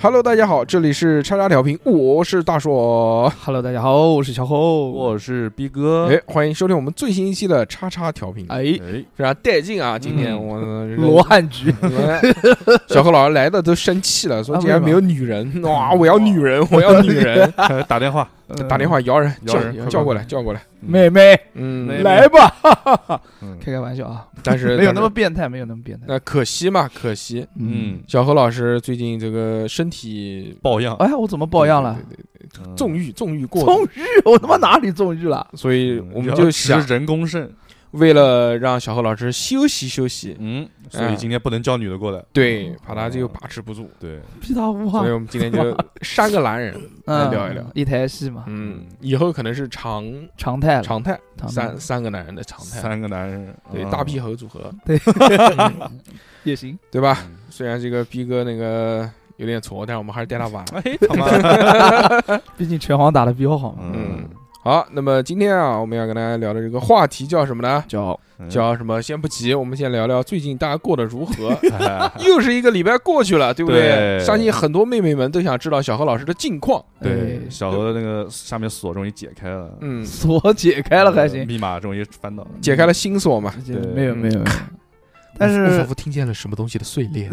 Hello，大家好，这里是叉叉调频，我是大硕。 Hello，大家好，我是小侯。我是逼哥，哎，欢迎收听我们最新一期的叉叉调频，哎，哎，非常带劲啊！今天嗯我 罗汉局，哎小何老师来的都生气了，说啊竟然为没什有么哦女 人，哇！我要女人，我要女人，呃打电话，打电话摇人，摇叫人快快叫过快来，叫过来，妹妹嗯妹，来吧，哈哈哈，嗯开开玩笑啊，但是没有但那是么变态，没有那么变态。那可惜嘛，可惜。嗯，，小何老师最近这个身体抱恙，哎，我怎么抱恙了？对对对嗯纵欲纵欲过纵度，欲，我他妈哪里纵欲了？所以嗯我们要就吃想，人工肾，为了让小何老师休息休息，嗯，所以嗯今天不能叫女的过来，对，怕他这个把持不住，对，屁他无话所以，我们今天 就三个男 人来嗯，聊一聊，一台戏嘛，嗯，以后可能是常常态了，常态，常态三三个哦男人的常态，三个男人，对，嗯大屁，猴组合，也行。对吧？嗯虽然这个逼哥那个有点挫，但是我们还是带他玩。 哎他妈，毕竟拳皇打的比我好嘛，嗯嗯，好，那么今天啊，我们要跟大家聊的这个话题叫什么呢？叫叫什么？先不急，我们先聊聊最近大家过得如 何。哎又是一个礼拜过去了，对不对？对相信很多妹妹们都想知道小何老师的近况。对，哎小何那个下面锁终于解开了，嗯，锁解开了还呃行，密码终于翻到了，解开了心锁嘛。这对没有嗯没有，没有但我 是 仿佛听见了什么东西的碎 裂。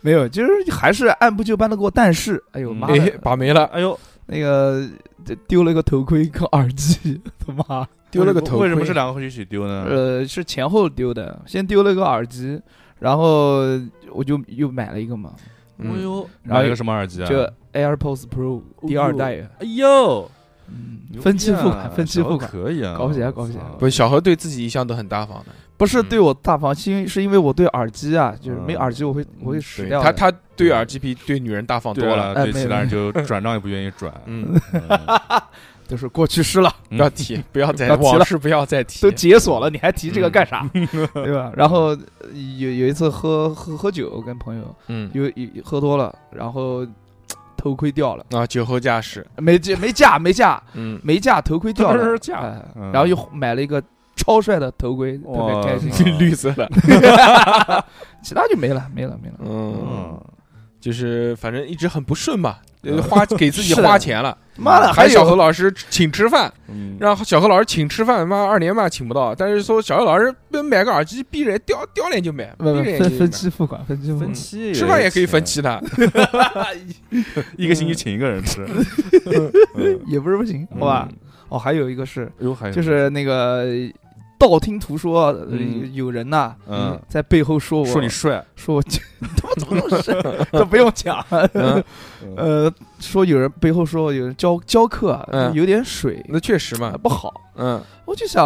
没有，就是还是按部就班的过。但是，哎呦嗯妈哎的，，把没了，哎呦，那个这丢了一个头盔跟耳机， 他妈。丢了个头盔。为什么这两个一起丢呢？呃，是前后丢的，先丢了个耳机，然后我就又买了一个嘛，嗯哎呦，然后买了个什么耳机啊？就 AirPods Pro 第二代，哎呦，嗯牛逼啊分期付款，分期小何付款，可以啊，搞不起来搞不起来操不是小何对自己一向都很大方的，不是对我大方，是因为是因为我对耳机啊，就是没嗯耳机我会我会死对掉他的。他对耳机比对女人大方多对了。啊了，哎对没其有他人就转账也不愿意转，嗯，嗯都是过去式 了，不要 提，不要再不要提了往事，不要再提都。解锁嗯了，你还提这个干啥？ 对吧？然后呃有有一次喝喝喝酒，跟朋友嗯，有有喝多了，然后头盔掉了，啊，酒后驾驶。没架没架没架，嗯，没架，头盔掉当了，然架哎嗯然后又买了一个超帅的头盔，特别哇开心。嗯绿色的。 其他就没了，没了，没了。嗯，嗯就是反正一直很不顺嘛，嗯呃花给 自己花钱了。妈的，喊嗯啊还小有何老师请吃饭，嗯，让小何老师请吃饭，妈二连骂请不到，但是说小何老师买个耳机，闭着眼掉掉脸就买，闭不着不眼分睛分期付款，分期付分款。期吃饭也可以分，期的，一个星期请一个人吃，嗯也不是不行，好吧？，哦，还有一个是，有还有就是那个道听途说，呃嗯有人呐嗯，在背后 说我，说 你帅，说我，他妈怎么都是， 这不用讲。嗯，嗯呃，说有人背后说我有人教教课啊嗯有点水，那确实嘛，不好。嗯我就想，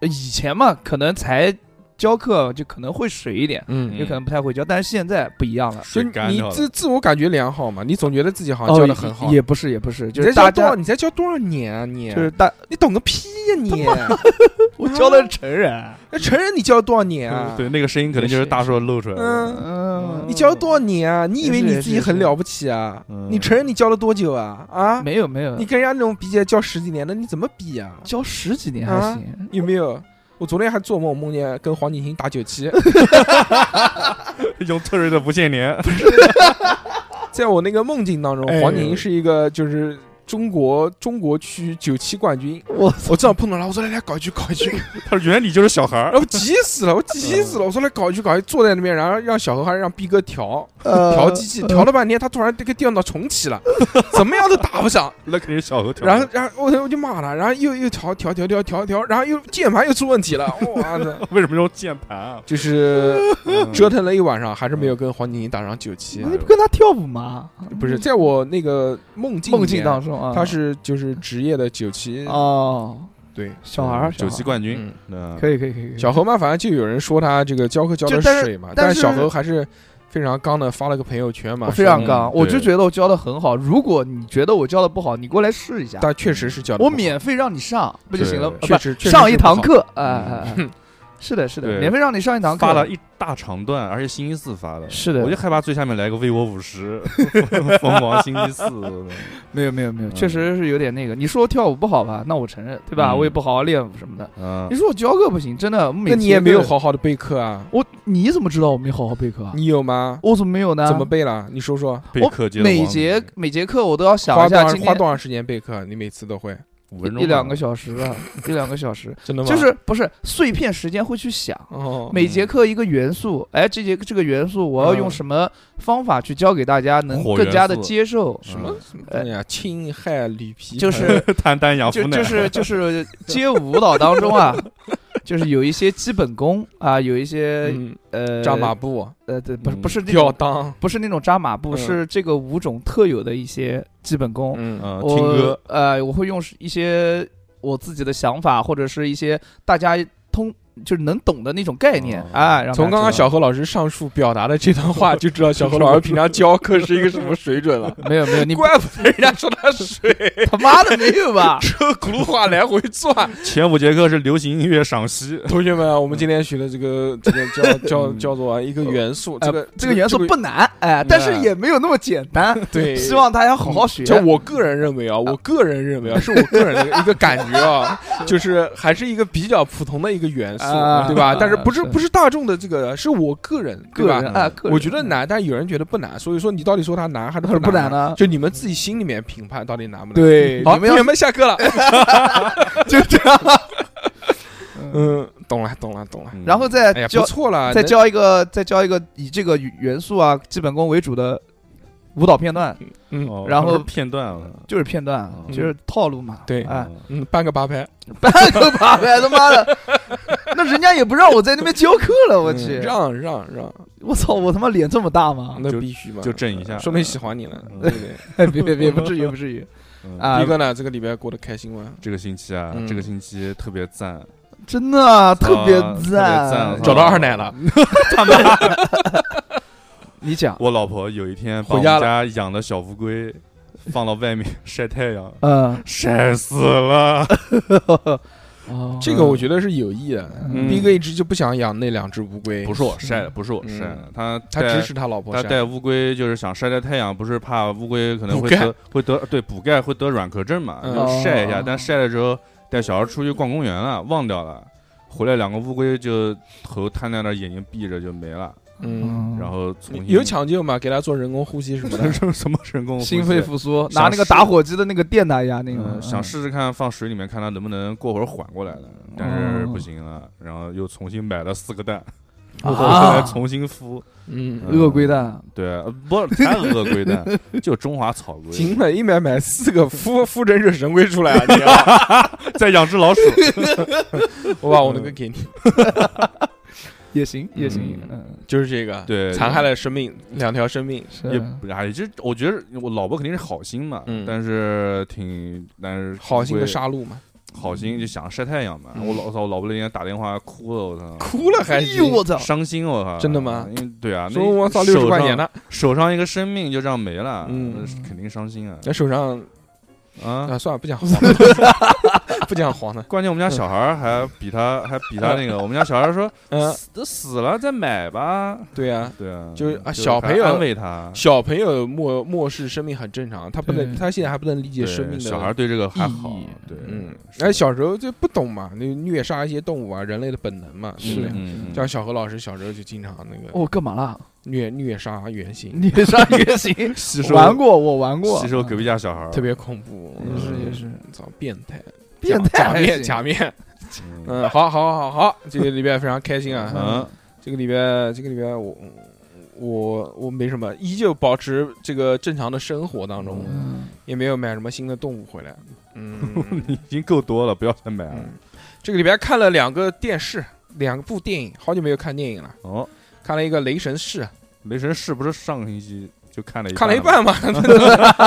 呃以前嘛，可能才教课就可能会水一点，嗯，有可能不太会教，但是现在不一样了。就水干你掉了自自我感觉良好嘛，你总觉得自己好像教的很好，哦也不是也不是，就你才是教大多少？家你才教多少年啊？你就是大，你懂个屁呀你！ 我教的是成人，那成人你教了多少年啊？对，那个声音可能就是大硕露出来的，嗯，嗯你教了多少年啊？你以为也是你也自是己也很是了不起啊？嗯你承认你教了多久啊？啊，没有没有，你跟人家那种比起来，教十几年的，你怎么比啊？ 教十几年还啊行，有没有？我昨天还做梦，梦见跟黄景行打九七，用特瑞的不限年，在我那个梦境当中，哎黄景行是一个就是中国中国区九七冠军。我我正好碰到他，我说来来搞一局搞一 局，他说原来你就是小孩然儿，后我急死了，我急死了，我说来搞一局搞一局，坐在那边，然后让小何还是让逼哥调呃调机器，调了半天，他突然这个电脑重启了，怎么样都打不 响。那肯定是小何跳的，然后，然后我我就骂他，然后又又调调调调调调，然后又键盘又出问题了，哇塞！为什么用键盘啊？就是嗯折腾了一晚上，还是没有跟黄景莹打上九七。你不跟他跳舞吗？嗯不是，在我那个梦境里面梦境当，中啊，他是就是职业的九七，哦，对，小孩儿九七，冠军，嗯嗯，可以可以可以，小何嘛，反正就有人说他这个教课教的就但是水嘛，但但是小是哦何还是非常刚的发了个朋友圈嘛，我非常说刚，嗯我就对觉得我教的很好。如果你觉得我教的不好，你过来试一下，但确实是教的，我免费让你上不就行了？对确啊实不确实上是一不堂好课，哎哎哎，是的，是的，对免费让你上一堂课，发了一大长段，而且星期四发的。是的我就害怕最下面来个为我五十， 疯狂星期四。没有没有没有，嗯确实是有点那个。你说我跳舞不好吧？那我承认，对吧？嗯我也不好好练舞什么的。嗯你，说我教课不行，真的，每那你也天没有都好好的备课啊？我，你怎么知道我没好好备课啊？你有吗？我怎么没有呢？怎么备了？你说说，备我课接的每王节子每节课我都要想花一多下长今花天多长时间备课？你每次都会？五分钟一一两吧个小时吧，一两个小时，真的吗？就是不是碎片时间会去想。哦，每节课一个元素，哎，这节这个元素我要用嗯什么方法去教给大家，能火更元加的素接受？什么嗯什么东西啊？侵害驴皮就盆是 谈丹阳就夫奶，就是就是 街舞舞蹈当中啊，就是有一些基本功啊，有一些嗯呃扎马步、呃，对，不是嗯不是这吊种裆，不是那种扎马步，嗯是这个舞种特有的一些基本功。嗯嗯，听我歌，呃，我会用一些我自己的想法，或者是一些大家通就是能懂的那种概念哦啊。让从大刚家刚知道 小何老师上述表达的这段话，就知道小何老师平常教课是一个什么水准了。没有没有， 你怪不得人家说他 水， 他妈的没有吧？车轱辘话来回转。前五节课是流行音乐赏析，同学们啊，我们今天学的这个这个叫 叫嗯叫做啊一个元素，呃 这个这个元素不难，哎，但是也没有那么简单。对，希望大家好好学。就我个人认为啊，我个人认为啊，是我个人的一个感觉 啊， 就是还是一个比较普通的一个元素啊，对吧？但是不是是不是大众的这个，是我个人，对个吧人？啊，个人我觉得难，但有人觉得不难，所以说你到底说它难还是不难呢？呢。 就你们自己心里面评判到底难不难？，啊对好，你同们学要哎们下课了。就这 样。嗯，嗯，懂了，懂了，懂了。嗯然后再哎呀，教不错了，再能教一个再教一个以这个元素啊基本功为主的舞蹈片段，嗯哦然他们后是片段了，就是片段啊，嗯就是套路嘛。对啊，嗯嗯，半个八拍， 半个把呗，他妈的， 那人家也不让我在那边教课了，我去啊嗯，让让让，我操，我他妈脸这么 大吗？哎那就必须嘛，就震一下说明喜欢你了，嗯对不对？别别别，不至于不至于 嗯啊逼！哥呢，这个礼拜过得开心吗？这个星期啊，哎嗯这个星期特别赞，真的啊特别特别赞赞，啊找到二奶了，你讲，我老婆有一天把回我家们家养的小乌龟放到外面 晒太阳，嗯，晒死了。哦这个我觉得是有意的。嗯逼哥一直就不想养那两只乌龟，不是我晒的，不是我嗯晒的，他他带指使他老婆他晒带。乌龟就是想晒晒太阳，不是怕乌龟可能补会钙得会得对补钙会得软壳症嘛，嗯就晒一下。哦但晒了之后，带小孩出去逛公园了，忘掉了，回来两个乌龟就头瘫在那儿，眼睛闭着就没了。嗯，然后重新。有抢救吗？给他做人工呼吸什么的 什么什么人工呼吸心肺复苏，想拿那个试打火机的那个电打一下那嗯，个，想嗯试试看放水里面看它能不能过会儿缓过来的，但是不行了，然后又重新买了四个蛋， 啊我再重新孵，嗯， 鳄龟蛋，对，呃不是才鳄龟蛋，就中华草龟，行了，一买买四个孵孵成惹神龟出 来啊！你啊 再养只老鼠，我把我嗯那个给你，也行也行，嗯嗯，就是这个，对残害了生命两条生命。是也不哎，这我觉得我老婆肯定是好心嘛，嗯但是挺但是好心的乌龟杀戮嘛，好心就想晒太阳嘛，嗯我老我操我老婆那天打电话哭了，我操，哭了还哎行哎呦我操，伤心我靠，真的吗因为？对啊，那说我操六十手块上钱呢，手上一个生命就这样没了，嗯那是肯定伤心啊在手上啊！啊，算了，不 讲黄了，不讲黄了。关键我们家小孩儿还比他还比他那个，我们家小孩儿说嗯，死都死了再买吧，对啊，对啊，就是啊还小朋友安慰他，小朋友漠漠视生命很正常，他不能，对他现在还不能理解对生命的小孩儿对这个还好意义，对，嗯，是哎，小时候就不懂嘛，那虐杀一些动物啊，人类的本能嘛，对不是对的嗯嗯像小何老师小时候就经常那个我哦干嘛啦？虐虐杀原型，你上也行， 吸玩过我玩过，嗯吸收隔壁家小孩儿，特别恐怖，嗯也是也是操，变态，变假态假还面行，假面，嗯嗯，好好好好，这个礼拜非常开心啊，嗯 这个礼拜这个礼拜我我我没什么，依旧保持这个正常的生活当中，嗯也没有买什么新的动物回来， 嗯。已经够多了，不要再买了。嗯，这个礼拜看了两个电视，两部电影，好久没有看电影了。哦，看了一个《雷神四》，雷神是不是上个星期就看了一看了一半吗？半嘛，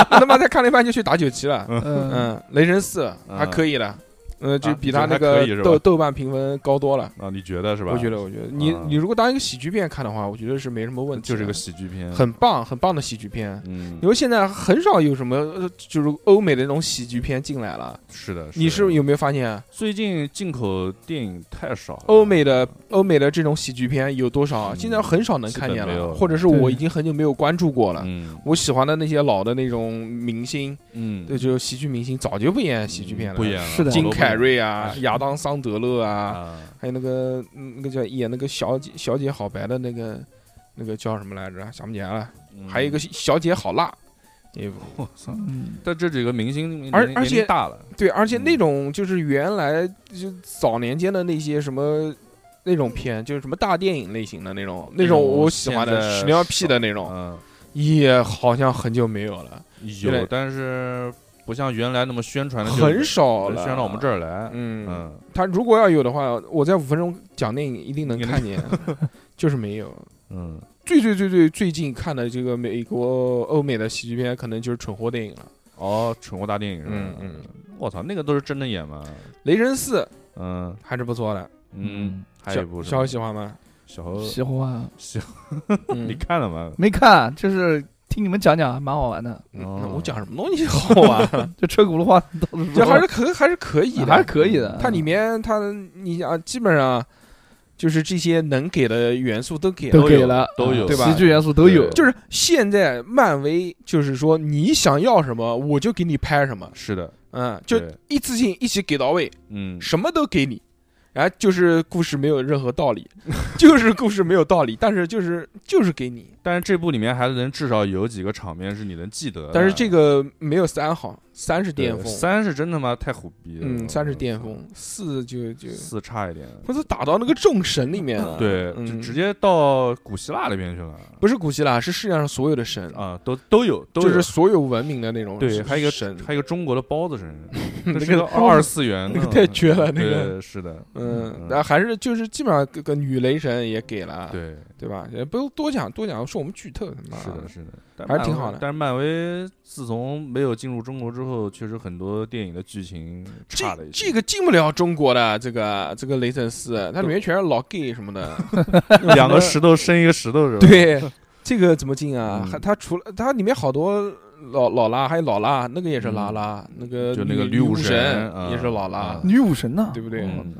他妈才看了一半就去打九级了。嗯嗯，《雷神四》还可以了，呃，就啊比你他那觉得还个可以是吧豆豆瓣评分高多了。啊，你觉得是吧？我觉得，我觉得你啊你如果当一个喜剧片看的话，我觉得是没什么问题的，啊就是个喜剧片，很棒很棒的喜剧片。嗯因，为现在很少有什么呃就是欧美的那种喜剧片进来了，是的，你是是的有没有发现啊最近进口电影太少了，欧美的欧美的这种喜剧片有多少？啊嗯现在很少能基看本见没有了，了或者是我对已经很久没有关注过了。嗯我喜欢的那些老的那种明星，嗯，对，就是喜剧明星，早就不演喜剧片了。不演了，是的好金多不演凯瑞啊哎，亚当桑德勒啊，啊，还有那个嗯那个叫演那个小姐小姐好白的那个那个叫什么来着？想不起来了。嗯还有一个，小姐好辣，也我操！嗯，但这几个明星而年而年且龄大了，对，而且那种就是原来就早年间的那些什么那种片，就是什么大电影类型的那种，那种我喜欢现的在屎尿屁的那种，嗯，也好像很久没有了，现有在，但是不像原来那么宣传的，很少宣了。传到我们这儿来，嗯，嗯，他如果要有的话，我在五分钟讲电影一定能你能看见， 就是没有。嗯，最最最最最近看的这个美国欧美的喜剧片，可能就是蠢货电影了。哦，蠢货大电影是吧？嗯我操，那个都是真的演吗？雷神四嗯还是不错的，嗯嗯，还有小一部是小吧何喜欢吗？小何，喜欢啊嗯 你看了吗？没看，就是听你们讲讲，还蛮好玩的。嗯哦那我讲什么东西好 啊？就车轱辘话到处这说，还是可还是可以的，还是可以的。嗯它里面它你想啊基本上就是这些能给的元素都给都了，给了，都有对吧喜剧元素都有对，就是现在漫威就是说你想要什么我就给你拍什么，是的，嗯，就对一次性一起给到位，嗯，什么都给你。然后就是故事没有任何道理， 就是故事没有道理，但是就是就是给 你，但是这部里面还能至少有几个场面是你能记得的，但是这个没有三好，三是对巅峰，三是真他妈太虎逼了，嗯，三是巅峰，四就就四差一点，不是打到那个众神里面了，对，嗯就直接到古希腊那边去了不是古希腊，是世界上所有的神，啊，都都有，都就是有所有文明的那种。对，还有一个神，还有一个中国的包子神， 那那是个个二次元的，嗯那个太绝了那个对是的，嗯，嗯那还是就是基本上各个女雷神也给了，对，对吧？也不用多讲，多讲说我们剧透他妈是的，是的，但啊还是挺漫威好的但是漫威自从没有进入中国之后，确实很多电影的剧情差了这一些这个进不了中国的这个这个雷神四，它里面全是老 gay 什么 的，两个石头生一个石头是吧？，对，这个怎么进啊？嗯还它除了它里面好多老老拉，还有老拉，那个也是拉拉，那个嗯就那个女女武武神也是老拉啊，女武神呢，对不对嗯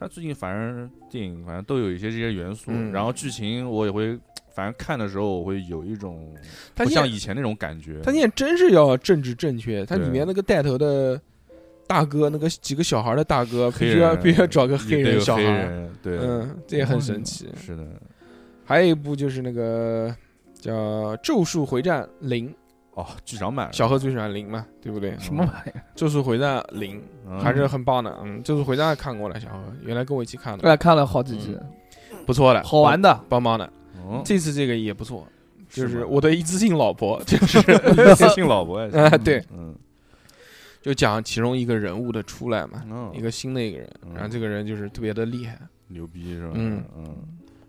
他最近反正电影反正都有一些这些元素，嗯然后剧情我也会，反正看的时候我会有一种它不现像在以前那种感觉。他现在真是要政治正确，他对里面那个带头的大哥，那个几个小孩的大哥，黑必须要人必须要找个也黑得有人小黑孩，人对，嗯，这也很神奇。是的，还有一部就是那个叫《咒术回战零》，哦，剧场版小何最喜欢零嘛，对不对？什么玩意儿？ 《咒术回战零》嗯还是很棒的，嗯，《咒术回战》看过了，小何原来跟我一起看的，对，看了好几集，不错的，好玩的。棒，棒棒的。哦这次这个也不错，就是吗我的一次性老婆，就是 一次性老婆也行，啊， 对，嗯，就讲其中一个人物的出来嘛，哦一个新的一个人，嗯然后这个人就是特别的厉害，牛逼是吧？嗯嗯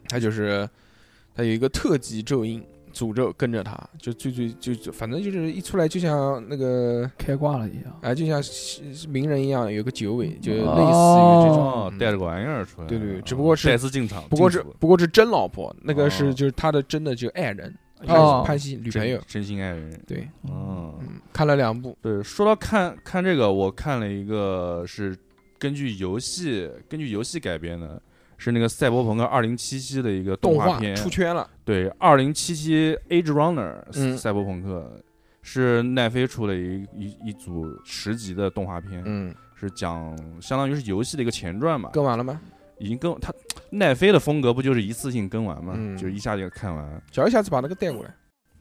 他就是他有一个特级咒印，诅咒跟着他，就最最就就反正就是一出来就像那个开挂了一样。啊，就像是是名人一样有个九尾，就类似于这种，嗯哦，带着个玩意儿出来，对对对嗯只不过是再次进场，不过是进组不过是真老婆，那个哦是就是他的真的就爱人，哦潘潘西女真朋友，真心爱人，对，嗯，嗯，看了两部，对，说到看看这个，我看了一个是根据游戏根据游戏改编的，是那个《赛博朋克2077》的一个动画画片。出圈了，对，《2077 Age Runner》嗯赛博朋克是奈飞出了一一一组十集的动画片，嗯，是讲相当于是游戏的一个前传吧。更完了吗？已经跟他奈飞的风格不就是一次性跟完嘛，嗯就一下就看完。小一下次把那个带过来，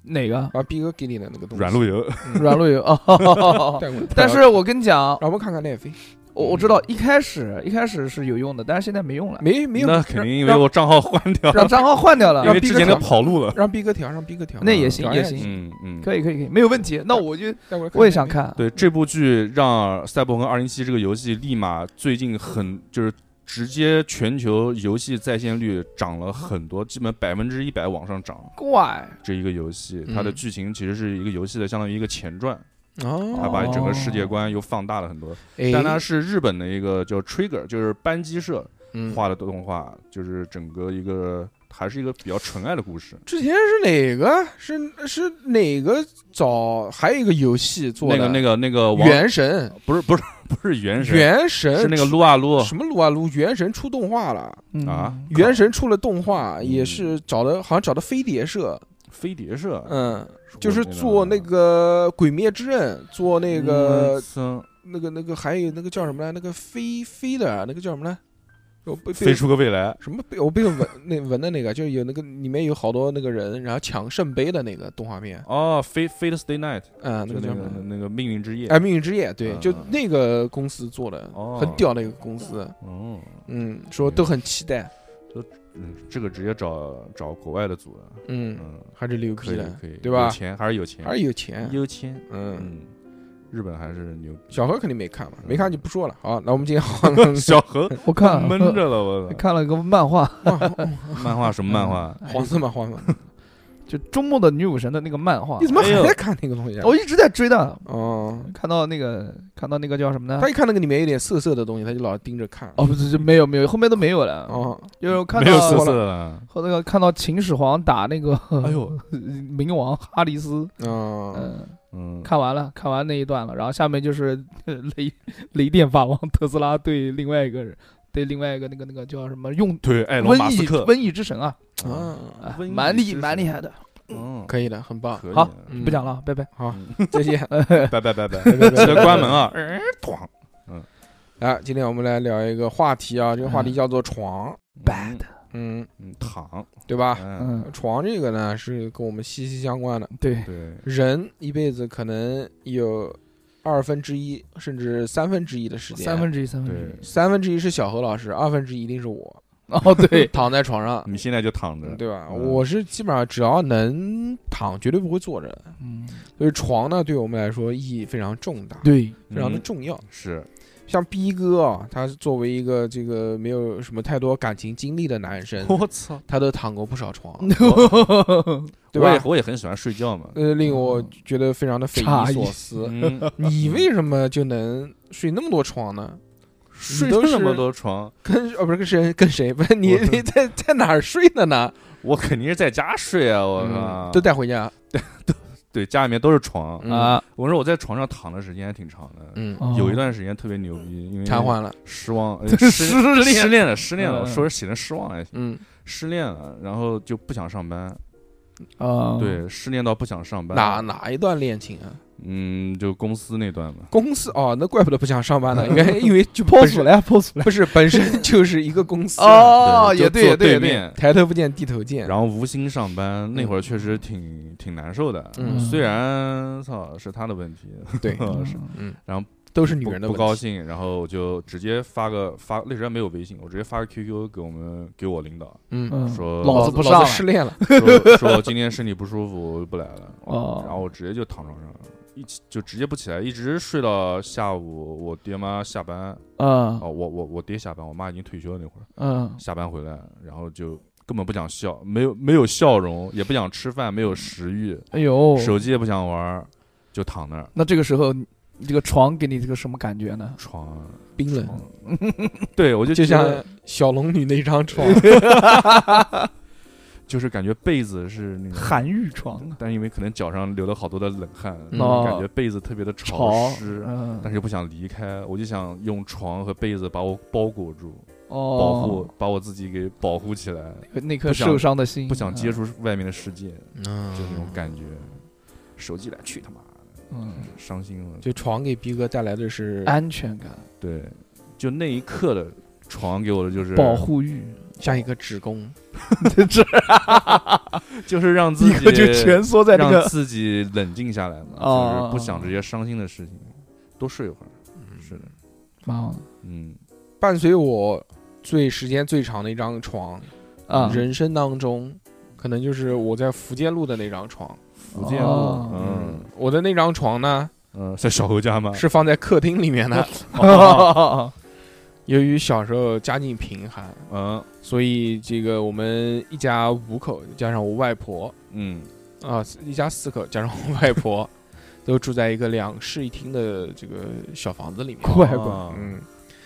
哪个？把逼哥给你的那个东西软路由，软路 由哦。带过来， 但是我跟你讲，让我们看看奈飞，我我知道一开始一开始是有用的，但是现在没用 了，没没有， 那肯定因为让我账号换掉了让，账号换掉因了。为之前那个 跑路了。让逼哥调，让逼哥调，那也行嗯也行，嗯嗯，可以可以可以，没有问题。那我就带过来看我也想看。看。对这部剧，让《赛博朋克2077》这个游戏立马最近很就是直接全球游戏在线率涨了很多，基本百分之一百往上涨。怪这一个游戏，它的嗯剧情其实是一个游戏的相当于一个前传，哦，哎它把整个世界观又放大了很多。但它是日本的一个叫 Trigger，就是班机社嗯画的动画，就是整个一个还是一个比较纯爱的故事。之前是哪个？是是哪个找？还有一个游戏做那的个那个那个王原神，不是不是不是原神，原神是那个出撸啊撸什么撸啊撸？原神出动画了，啊嗯原神出了动画，嗯也是找的，好像找的飞碟社，飞碟社，嗯，就是做那个《鬼灭之刃》，做那个嗯那个那个，还有那个叫什么来？那个飞飞的啊那个叫什么来？我被被飞出个未来，什么被我被闻那闻的那个，就是有那个里面有好多那个人，然后抢圣杯的那个动画片，哦，飞飞的 Stay Night，嗯，那就个叫那什么个？那个命运之夜哎，，命运之夜，对，嗯就那个公司做的，哦很屌的一个公司，哦，嗯，说都很期待，嗯，这个直接找找国外的组了，嗯，嗯，还是牛可逼以的可以，，对有吧？钱还是有钱，还是有钱，有钱，嗯，嗯，日本还是牛逼，小何肯定没看嘛，嗯没看就不说了。好，那我们今天好像 小何我看嗯闷了着了，我操看了个漫画，哎漫画什么 漫画？ 黄色漫画嘛，就周末的女武神的那个漫画你，怎么还哎呦在看那个东西啊？我一直在追的。哦，看到那个，看到那个叫什么呢他？一看那个里面有点涩涩的东西，他就老盯着看。哦，不是，就没有没有，后面都没有了。哦，就是看没有到色色了，和那个看到秦始皇打那个，哎呦， 冥王哈迪斯，嗯，嗯，嗯，看完了，看完那一段了，然后下面就是 呃雷雷电法王特斯拉对另外一个人，对另外一个那个那个叫什么用对，埃隆马瘟斯疫克，瘟疫之神啊，啊，啊，啊瘟疫蛮之厉神蛮厉害的，嗯，可以的，很棒。可以，好嗯 不讲了，拜拜。好嗯，再见。拜拜拜拜，拜拜 拜拜记得关门啊，嗯，咣啊，今天我们 来聊一个话题啊，这个话题叫做床， Bad 嗯，嗯躺，对吧？嗯，嗯，床这个呢是跟我们息息相关的，对，对，嗯人一辈子可能有二分之一甚至三分之一的时间，三分之一，三分之对一。，三分之一是小何老师，二分之一一定是我，哦，对 躺在床上，你现在就躺着，对吧？嗯我是基本上只要能躺，绝对不会坐着。嗯，所以床呢，对我们来说意义非常重大，对，非常的嗯重要。是，像逼哥啊，他作为一个这个没有什么太多感情经历的男生，我操，他都躺过不少床，对我也吧？我也很喜欢睡觉嘛，呃，令我觉得非常的匪夷所思。嗯，呃你为什么就能睡那么多床呢？嗯睡你都是那么多床，跟哦不是跟谁跟谁？不是你我你在在哪儿睡的呢？我肯定是在家睡啊，我嗯靠，都带回家。对，家里面都是床，嗯啊，我说我在床上躺的时间还挺长的，嗯，哦有一段时间特别牛逼，因为瘫痪了。失望， 呃失失恋失恋了，失恋嗯了，我说写成失望了，嗯，失恋了，然后就不想上班，啊，，对，失恋到不想上班，哪哪一段恋情啊？嗯，就公司那段嘛，公司哦，那怪不得不想上班 呢，因为因为就破本鼠身了呀，破鼠了。不是本身就是一个公司啊，哦，对也就对，也坐对，也对，对面，抬头不见低头见。然后无心上班，那会儿确实挺挺难受的。嗯虽然操是他的问题，对，嗯是嗯，然后都是女不人的不问高题。兴，然后我就直接发个发，那时候还没有微信，我直接发个 QQ 给我们给我 领导，嗯，嗯，说老子子不上老了子失恋了。说说今天身体不舒服，我不来了。哦然后我直接就躺床上，一起就直接不起来，一直睡到下午我爹妈下班，嗯哦，我我我爹下班，我妈已经退休了那会儿，嗯，下班回来，然后就根本不想笑，没有没有笑容，也不想吃饭，没有食欲，哎呦，手机也不想玩儿，就躺那儿那这个时候你这个床给你这个什么感觉 呢？床。冰冷，哦对，我就就觉得像小龙女那张床，就是感觉被子是那个，寒玉床啊，但因为可能脚上流了好多的冷汗，嗯哦感觉被子特别的潮，湿，嗯但，是又不想离开，我就想用床和被子把我包裹住，哦，保护、把我自己给保护起来，那颗不想受伤的心，不想接嗯，触外面的世界，嗯 就，是那种感觉。手机来去他妈的嗯，伤心了，就床给逼哥带来的是哎安全感，对，就那一刻的床给我的就是保，护欲，像一个职工，这就是让自一己个就蜷缩在那让个，自己冷静下来嘛，哦就是不想这些伤心的事情，多睡一会儿。是的，蛮好的嗯，伴随我最时间最长的一张床，嗯啊，人生当中可能就是我在福建路的那张床。福建路，哦嗯我的那张床呢嗯，在小侯家吗？是放在客厅里面的。哦由于小时候家境贫寒，嗯所以这个我们一家五口加上我外婆嗯， 啊，一家四口加上我外婆，都住在一个两室一厅的这个小房子里面。 怪不啊嗯，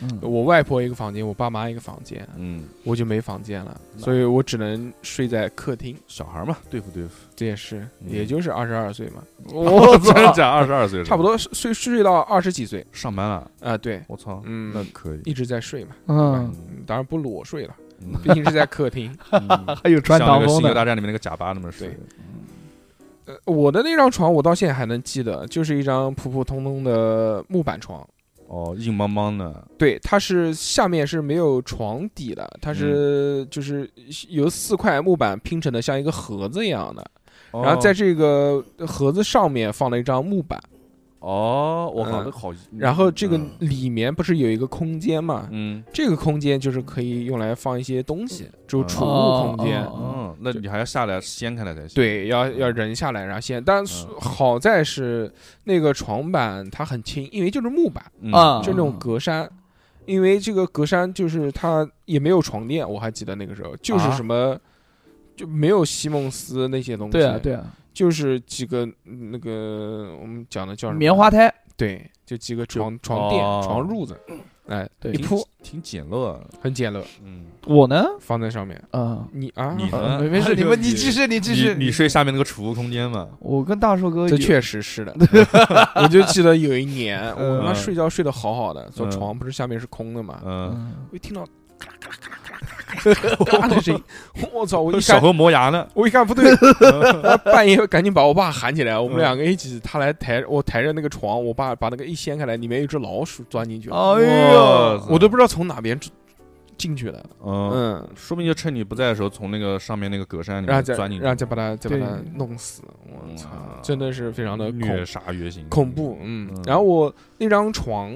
嗯我外婆一个房间，我爸妈一个房间，嗯，我就没房间了，所以我只能睡在客厅。小孩嘛，对付对付。这也是，嗯也就是二十二岁嘛，我 真的假？二十二岁了，差不多是睡睡到二十几岁上班了。啊、对，我操，嗯哦那可以。一直在睡嘛，嗯，嗯当然不裸睡了，嗯毕竟是在客厅。 嗯还有 穿像那堂个《风星球的，大战》里面那个假巴那么睡对。呃，我的那张床我到现在还能记得，就是一张普普通通的木板床。哦，硬邦邦的，对，它是下面是没有床底的，它是就是由四块木板拼成的，像一个盒子一样的。然后在这这个盒子上面放了一张木板，哦，我靠，嗯那好。然后这个嗯里面不是有一个空间嘛？嗯这个空间就是可以用来放一些东西，就储哦物空间。哦嗯，那你还要下来掀开来才行。，对，要嗯要人下来，然后先，但是嗯好在是那个床板它很轻，因为就是木板，嗯啊就那种格栅，因为这个格栅就是它也没有床垫，我还记得那个时候就是啊什么。就没有西蒙斯那些东西，对啊对啊，就是几个嗯那个我们讲的叫什么棉，花胎，对，就几个床床垫、哦床褥子，哎，嗯对一铺挺简陋啊。很简陋，嗯，我呢，放在上面。啊，你啊，你呃呢？没没 事，你们你继续，续，你继续，你你睡下面那个储物空间嘛？我跟大硕哥这有确实是的，我就记得有一年，我他妈嗯睡觉睡得好好的，说嗯床不是下面是空的嘛，嗯，嗯我一听到 咔啦咔啦咔啦咔啦咔啦咔啦的声音，我操！我一小看，何磨牙呢。我一看不对， 我半夜赶紧把我爸喊起来，嗯我们两个一起，他来抬我抬着那个床，我爸把那个一掀开来，里面有只老鼠钻进去哦了， 哎哇呦，塞我都不知道从哪边进去的，嗯，嗯，说不定就趁你不在的时候，从那个上面那个格栅里然后面再钻进去，然后再把它再把它对弄死，我操哇，真的是非常的恐虐杀越刑，恐怖，嗯嗯。然后我那张床，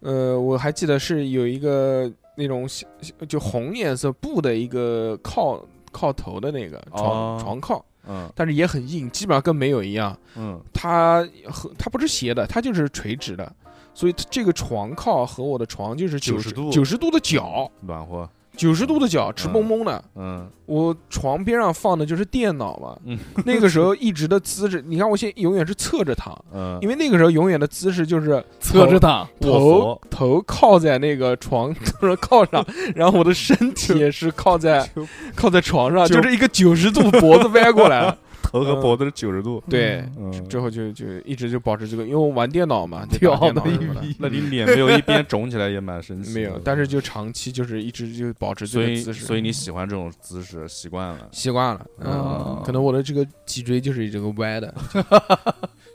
呃，我还记得是有一个那种小就红颜色布的一个靠靠头的那个床、哦床靠，嗯但是也很硬，基本上跟没有一样。嗯，它和它不是斜的，它就是垂直的，所以它这个床靠和我的床就是九90度九十度的角，暖和，九十度的角，直蹦蹦的。嗯我床边上放的就是电脑嘛，嗯那个时候一直的姿势，你看我现在永远是侧着躺，嗯，因为那个时候永远的姿势就是侧着躺，卧头佛头靠在那个床 就是靠上，然后我的身体也是靠 在就靠在床上，就就是一个九十度脖 子歪过来。头和嗯脖子是九十度，对，嗯， 之后就就一直就保持这个，因为我玩电脑嘛，就屌打电脑的一什么的逼，那你脸没有一边肿起来也蛮神奇的，没有，但是就长期就是一直就保持这所个以姿势，所以你喜欢这种姿势，习惯了，习惯了，嗯，哦可能我的这个脊椎就是这个歪的。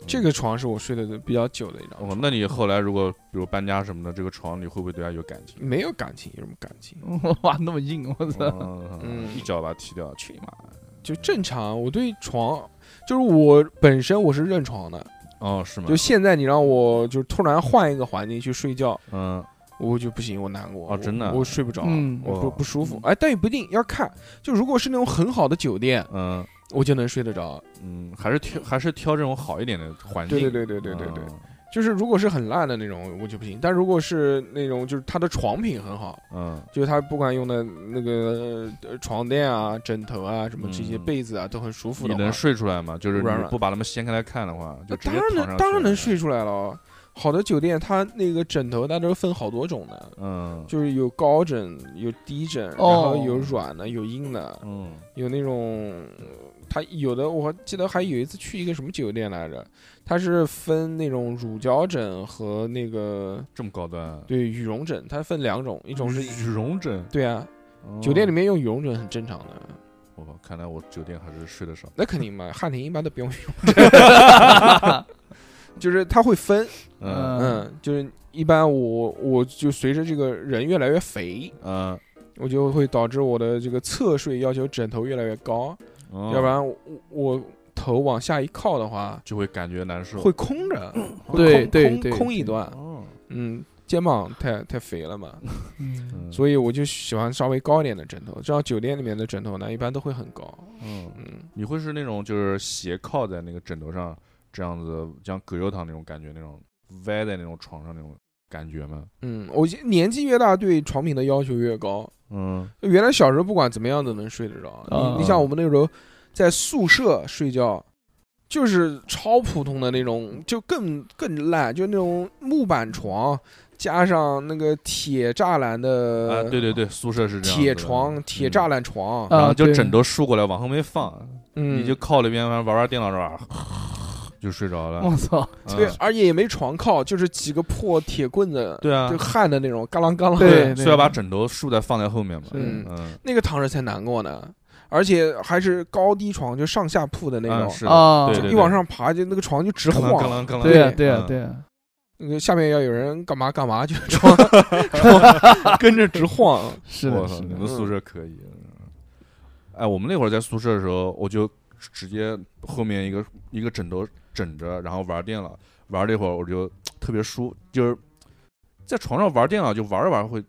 这个床是我睡的比较久的一张嗯哦，那你后来如果比如搬家什么的，这个床你会不会对它有感情？没有感情，有什么感情？ 哇，那么硬，我操，嗯， 嗯一脚把它踢掉，去你妈！就正常。我对床，就是我本身我是认床的，哦，是吗就？现在你让我就突然换一个环境去睡觉，嗯，我就不行，我难过。哦真的我我睡不着，嗯我哇不不舒服。哎，但也不一定要看，就如果是那种很好的酒店，嗯我就能睡得着。嗯，还是挑还是挑这种好一点的环境。对对对对对对对，嗯就是如果是很烂的那种，我就不行。但如果是那种就是它的床品很好，嗯，就是它不管用的那个呃床垫啊、枕头啊、什么这嗯些被子啊，都很舒服你的话。能睡出来吗？就是软你软不把它们掀开来看的话，就那直接当然躺上能，当然能去了睡。出来了。啊好的酒店，它那个枕头它都分好多种的，嗯就是有高枕、有低枕，然哦后有软的、有硬的，嗯有那种，它有的我记得还有一次去一个什么酒店来着，它是分那种乳胶枕和那个这么高端，啊对羽绒枕，它分两种，一种是羽绒枕，对啊，哦酒店里面用羽绒枕很正常的，我靠看来我酒店还是睡得少。那肯定嘛，汉庭一般都不用羽绒枕，就是它会分，嗯嗯，就是一般我我就随着这个人越来越肥，嗯，我就会导致我的这个侧睡要求枕头越来越高，要哦要不然我我头往下一靠的话就会感觉难受。会空着，会嗯对空对空对空一段，哦，嗯，肩膀太太肥了嘛，嗯，所以我就喜欢稍微高一点的枕头，这样酒店里面的枕头呢一般都会很高，嗯，嗯，你会是那种就是斜靠在那个枕头上这样子，像葛优躺那种感觉，那种歪在那种床上那种感觉吗？嗯，我现年纪越大，对床品的要求越高。嗯原来小时候不管怎么样都能睡得着，啊你你像我们那时候在宿舍睡觉，就是超普通的那种，就更更烂，就那种木板床加上那个铁栅栏啊的，，对对对，宿舍是这样子的，呃铁床、铁嗯栅栏床，啊然后就对枕头竖过来往后面放，嗯，你就靠那边玩玩电脑这儿，就睡着了。我操，嗯哦对，而且也没床靠，就是几个破铁棍子，对啊就，焊的那种，嘎啷嘎啷。对所以要把枕头竖在放在后面嘛。是嗯嗯那个躺着才难过呢，而且还是高低床，就上下铺的那嗯，种，是的，啊对，就一往上爬就那个床就直咯啷咯晃，啷咯啷。对呀对对呀嗯对呀，那个下面要有人干嘛干嘛， 就床床跟着直晃。是我的，操，是你的，们宿舍可以。哎，我们那会儿在宿舍的时候，我就直接后面一个一个枕头枕着，然后玩电脑，玩了一会儿我就特别舒，就是在床上玩电脑就玩着玩着会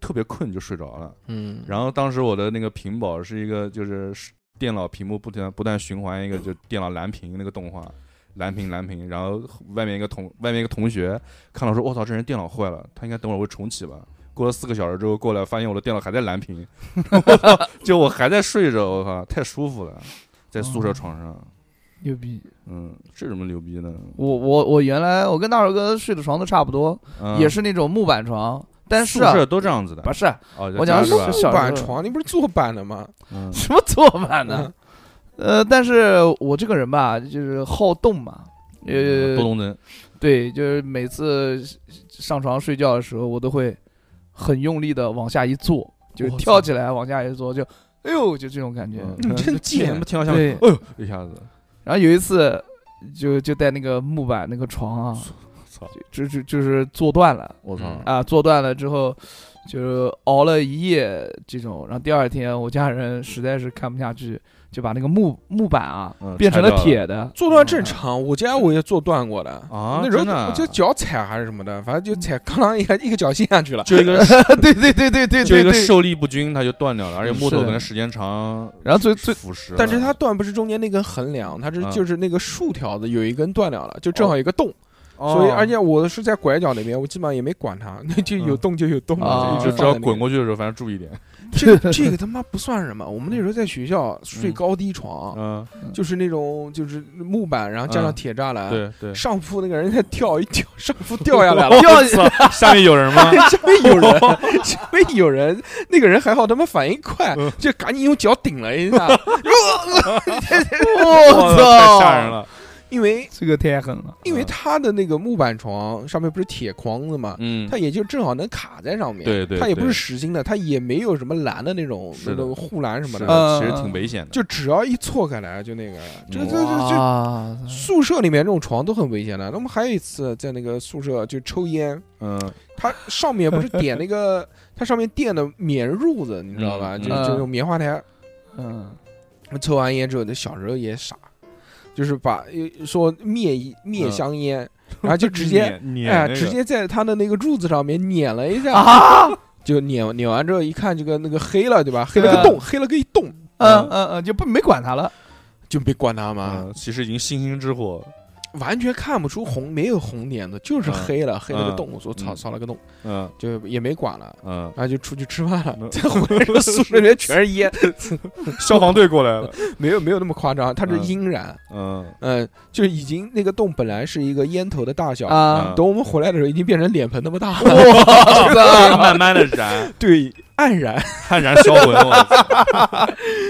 特别困，就睡着了。嗯然后当时我的那个屏保是一个就是电脑屏幕不停不断循环一个就电脑蓝屏那个动画。蓝屏蓝屏，然后外面一个同外面一个同学看到说：“我操，这人电脑坏了，他应该等会儿会重启吧。”过了四个小时之后过来，发现我的电脑还在蓝屏， 我操就我还在睡着，我靠，太舒服了，在宿哦舍床上，牛逼！嗯，这怎么牛逼呢？我我我原来我跟大耳哥睡的床都差不多，嗯也是那种木板床，但是宿啊舍都这样子的，不是 哦，在我讲家是吧？小木板时候床，你不是坐板的吗？嗯嗯什么做饭呢？呃，但是我这个人吧，就是好动嘛，呃多，动症，对，就是每次上床睡觉的时候，我都会很用力的往下一坐，就是我操跳起来往下一坐，就哎呦，就这种感觉。嗯你真见贱不听到下面，哎对呦一下子，然后有一次，就就在那个木板那个床啊，操，就就就是坐断了我操，嗯啊，坐断了之后。就是熬了一夜这种，然后第二天我家人实在是看不下去，就把那个木木板啊、嗯变成拆掉了铁的，坐断正常，我家我也坐断过的嗯啊 那时候真的啊我就脚踩还是什么的，反正就踩，刚啷一下一个脚陷下去了。就一个嗯 对对对对对就对一个对。受力不均，它就断掉了，而且木头是的可能时间长然后最最腐蚀了，但是它断不是中间那根横梁，它是嗯就是那个竖条子有一根断掉了，就正好有一个洞，哦所以而且我是在拐角那边，我基本上也没管它， 那就有洞就有洞啊嘛，就嗯哦就一直只放要在那边。滚过去的时候，反正注意点，这 个这个他妈不算什么，我们那时候在学校睡高低床，嗯，就是那种就是木板，然后加上嗯铁栅栏，对对，上铺那个人在跳，一跳上铺掉下来 了。掉操，下面有人 吗？下面有人，下面有人，那个人还好，他妈反应快，嗯就赶紧用脚顶了一 下，哎我太操！吓人！了，因为这个太狠了。嗯因为他的那个木板床上面不是铁框子嘛，嗯它，也就正好能卡在上面，对对它也对不是实心的，它也没有什么栏的那种是的那种护栏什么是的，呃的，嗯其实挺危险的，就只要一错开来就那个，这这这这。啊！宿舍里面这种床都很危险的。那么还有一次在那个宿舍就抽烟，嗯，它上面不是点那 个，它上面垫的棉褥子，你知道吧？嗯就嗯就那种棉花台。嗯，抽完烟之后，那小时候也傻，就是把说灭一灭香烟，然后就直 接撵哎，撵那个直接在他嗯的那个褥子上面捻了一下，啊，就捻捻完之后一看这个那个黑了，对吧？黑对了啊个洞，黑了个一洞，嗯嗯嗯，就不没管他了。就没管他嘛，嗯，其实已经星星之火，完全看不出红，没有红点子，就是嗯黑了，黑了个洞。我说嗯操，烧了个洞，嗯就也没管了。嗯，然后就出去吃饭了，嗯再回来宿舍里面全是烟，消防队过来了， 没有没有那么夸张，它是嗯阴燃，嗯，嗯，就已经那个洞本来是一个烟头的大小，啊！等我们回来的时候已经变成脸盆那么大了，我操，慢慢的燃，哦对， 黯然，悍然销魂，我操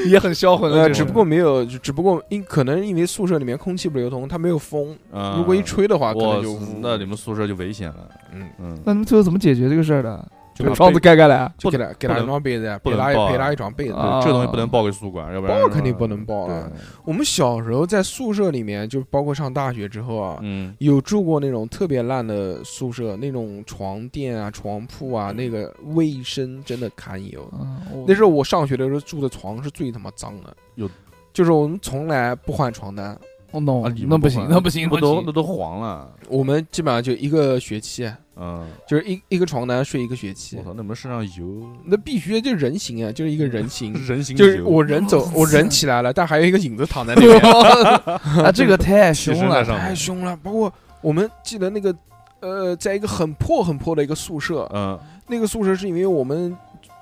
也很销魂了呃，这只种。不过没有，只不过因可能因为宿舍里面空气不流通，它没有风，嗯如果一吹的话，可我能就呜那你们宿舍就危险了，嗯嗯，那你们最后怎么解决这个事儿的？就把把窗子被盖盖来。就给不他给他能一床被子，不陪能他抱啊陪他一床被子，啊对，这东西不能报给宿管，要不然抱肯定不能抱啊。对，我们小时候在宿舍里面，就包括上大学之后啊，嗯，有住过那种特别烂的宿舍，那种床垫啊、床铺嗯啊，那个卫生真的堪忧。嗯那时候我上学的时候住的床是最他妈脏的，有，就是我们从来不换床单，我弄啊你们那不不行，管那不行，那不都行那都黄了，我们基本上就一个学期，嗯，就是一一个床单睡一个学期我，操，那你们身上油，那必须就人形啊，就是一个人形，人形就是油我人 走，我人起来了，但还有一个影子躺在那 边，啊，这个太凶身在了上太凶了。包括我们记得那个，呃，在一个很破很破的一个宿舍，嗯那个宿舍是因为我们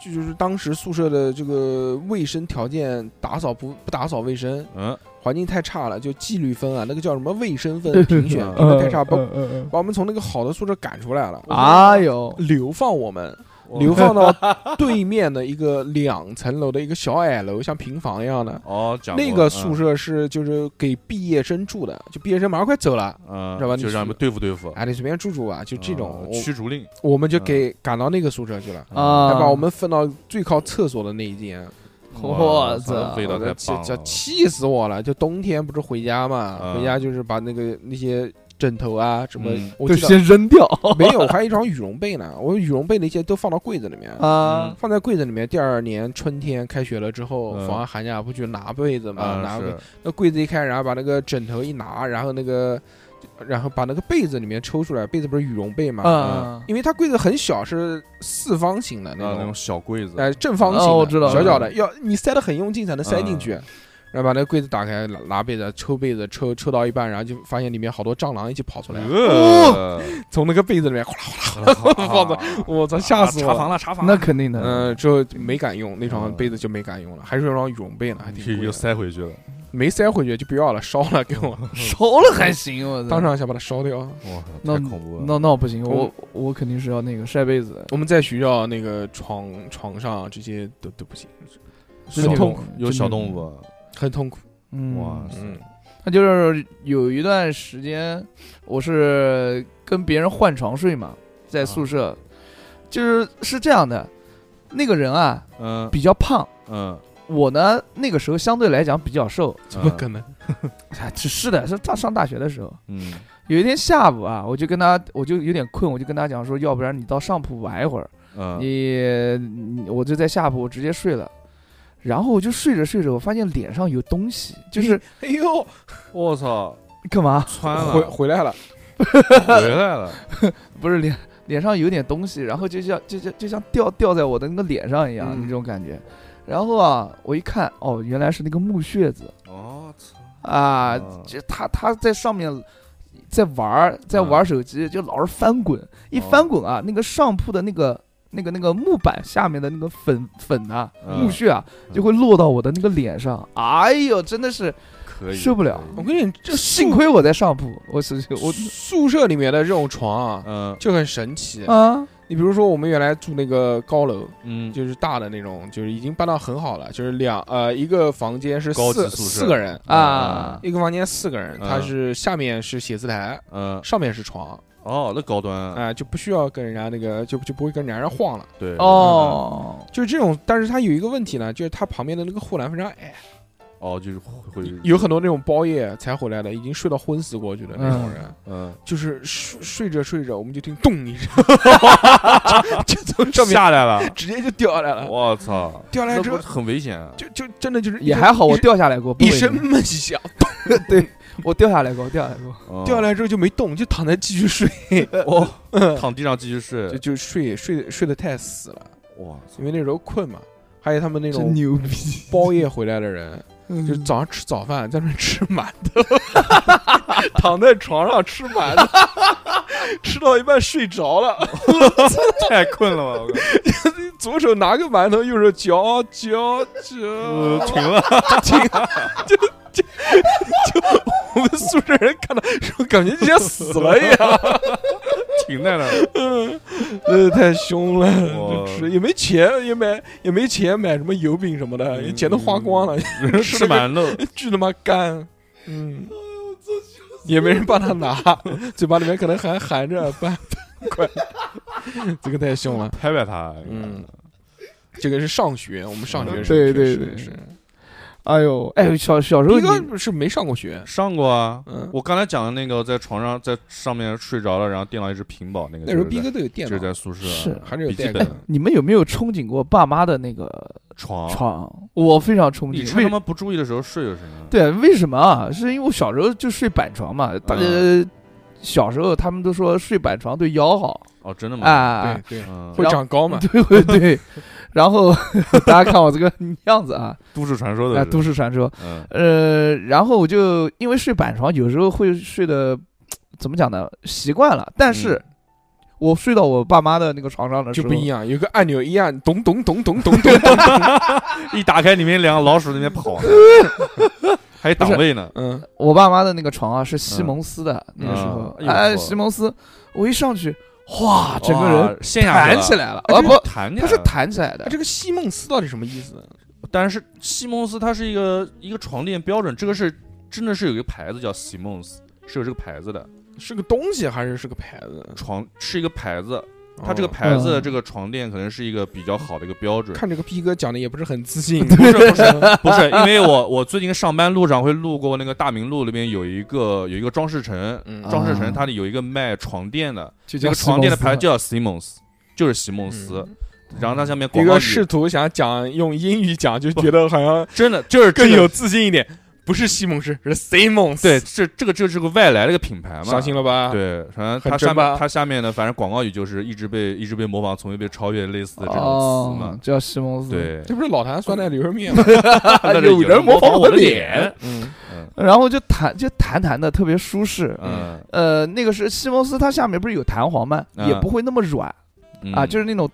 就就是当时宿舍的这个卫生条件打扫不不打扫卫生，嗯环境太差了，就纪律分啊，那个叫什么卫生分对评选嗯评的太差，把嗯嗯把我们从那个好的宿舍赶出来了嗯，哎呦，流放我们。流放到对面的一个两层楼的一个小矮楼，像平房一样 的。哦，讲那个宿舍是就是给毕业生住的，就毕业生马上快走了，啊，知道吧就让你们对付对嗯付，哎，你随便住住吧，就这种啊，哦我驱逐令嗯我们就给赶到那个宿舍去了，啊还把我们分到最靠厕所的那一间，我操啊操嗯味道太气棒这了，气死我了！就冬天不是回家嘛，嗯回家就是把那个那些枕头啊什么嗯，我就记得先扔掉没有，我还有一床羽绒被呢，我羽绒被那些都放到柜子里面。啊，放在柜子里面，第二年春天开学了之后，嗯放完寒假不去拿被子嘛，啊拿被是那柜子一开，然后把那个枕头一拿，然后那个，然后把那个被子里面抽出来，被子不是羽绒被嘛，啊，因为它柜子很小，是四方形的啊那那种种，小柜子，呃，正方形的，哦我知道小小的，嗯要你塞得很用劲才能塞进去。然后把那个柜子打开，拿拿被子抽被子，抽抽到一半，然后就发现里面好多蟑螂一起跑出来，呃， 从那个被子里面，哗啦放放我操，吓死我啊查了！房了，查房那了，肯定的，嗯、之后就没敢用那床嗯被子就没敢用了，还是有床羽绒被呢，还挺又贵的，又塞回去了，没塞回去就不要了，烧了给我，嗯熟了还行，我操 当场想把它烧掉。哇，那太恐怖那了，那我不行，我我我肯定是要那个晒被子的，我们在学校那个床床上这些都都不行，小真的动真物的有小动物，啊很痛苦。嗯，哇塞，嗯，他就是有一段时间，我是跟别人换床睡嘛，在宿舍，就是是这样的，那个人啊嗯比较胖，嗯，我呢那个时候相对来讲比较瘦，怎么嗯可能？ 哎只是的是上上大学的时候，嗯有一天下午啊，我就跟他，我就有点困，我就跟他讲说，要不然你到上铺玩一会儿，嗯，你你我就在下铺我直接睡了。然后我就睡着睡着，我发现脸上有东西，就是哎呦，我操，干嘛？穿回了回来了，回来了，不是脸脸上有点东西，然后就像就像就像掉掉在我的那个脸上一样、嗯那种感觉。然后啊，我一看，哦，原来是那个木屑子 哦操，啊哦，这他他在上面在玩儿，在玩手机，就老是翻滚，一翻滚啊，那个上铺的那个那个那个木板下面的那个粉粉啊，嗯木屑啊，嗯就会落到我的那个脸上。哎呦，真的是可以受不了，我跟你这幸宿亏我在上铺，我是我宿舍里面的这种床啊，嗯就很神奇。啊，你比如说，我们原来住那个高楼，嗯，就是大的那种，就是已经搬到很好了，就是两呃一个房间是高级四宿舍四个人，啊一个房间四个人，嗯它是下面是写字台，嗯上面是床，哦，那高端，哎，就不需要跟人家那个就就不会跟人家晃了。对，哦。就是这种，但是它有一个问题呢，就是它旁边的那个护栏非常矮，哦，就是会会有很多那种包夜才回来的，已经睡到昏死过去的那种人，嗯就是睡睡着睡着，我们就听咚一声， 就就从上面下 来了，直接就掉下来了，我操，掉下来那之不后是很危险啊，就就真的就是一 也声还好，一我声掉下来过，不一会声 的闷响，我掉下来过，我掉下来过。嗯掉下来之后嗯就没动，就躺在继续睡，哦，躺地上继续睡就，就睡睡睡得太死了，哇操 因为那时候困嘛。还有他们那真种牛逼！包夜回来的人，就 就是早上吃早饭，在那吃馒头， 躺在床上吃馒头， 吃到一半睡着了，太困了吧，我靠左手拿个馒头，右手嚼嚼嚼， 呃停了，停，就就就我们宿舍人看到说，感觉就像死了一 样，停在那儿，真的太凶了，哇就吃也没钱，也买也没钱买什么油饼什么的，嗯钱都花光了， 吃馒头，巨他妈干，嗯，也没人帮他拿， 嘴巴里面可能还含着半块， 这个太凶了。拍拍他，哎嗯，这个是上学，我们上学嗯是，对对是对是。哎呦，哎，小小时候逼你哥是没上过学，上过啊。嗯，我刚才讲的那个，在床上在上面睡着了，然后电脑一直屏保那个，那时候就是逼在哥都有电就是在脑，宿舍是还是有笔记带本啊你们有没有憧憬过爸妈的那个床，床？我非常憧哦你憬。趁为他妈不注意的时候睡有什么？对，为什么啊？是因为我小时候就睡板床嘛，大家嗯小时候他们都说睡板床对腰好哦，真的吗？啊，对对，嗯会长高嘛？对 对对。然后 大家看我这个样子啊，都市传说啊，的都市传说，嗯呃，然后我就因为睡板床，有时候会睡的怎么讲呢？习惯了，但嗯是我睡到我爸妈的那个床上的就时候，不一样，有个按钮一按，咚咚咚咚咚咚咚， 一打开里面两个老鼠在那边跑，还有档不是位呢，嗯，我爸妈的那个床啊是西蒙斯的，那个时啊候，嗯哎哎，呦我西蒙斯，我一上去，哇，啊整个人哇陷下弹起来，来了，哎啊这不，弹起它来是了。弹起来的哎，这个西梦思到底什么意思？但是西蒙斯它是一个一个床垫标准，这个是真的是有一个牌子叫西蒙斯，是有这个牌子的是个东西还是是个牌子？床是一个牌子，它哦这个牌子的嗯这个床垫可能是一个比较好的一个标准。看这个逼哥讲的也不是很自信，不是 不是 不是，因为我我最近上班路上会路过那个大明路那边有一个有一个装饰城，嗯装饰城啊它里有一个卖床垫的，就这叫个西蒙斯床垫的牌叫 Simmons，就是席梦思。嗯 然后它下面逼广告哥语试图想讲用英语讲，就觉得好像真的 就是这更个有自信一点。不是西蒙斯，是 Simons。对，这这个就是个外来的一个品牌嘛，相信了吧？，啊对，反正很它真下吧面它下面呢，反正广告语就是一直被一直被模仿，从未被超越，类似的这种词哦嘛，。叫西蒙斯，对， 这不是老坛酸奶牛肉面吗？但是 有人模仿我我的的脸脸，嗯，嗯然后就弹就弹弹的特别舒适。嗯呃，那个是西蒙斯，它下面不是有弹簧吗？嗯也不会那么软嗯啊，就是那种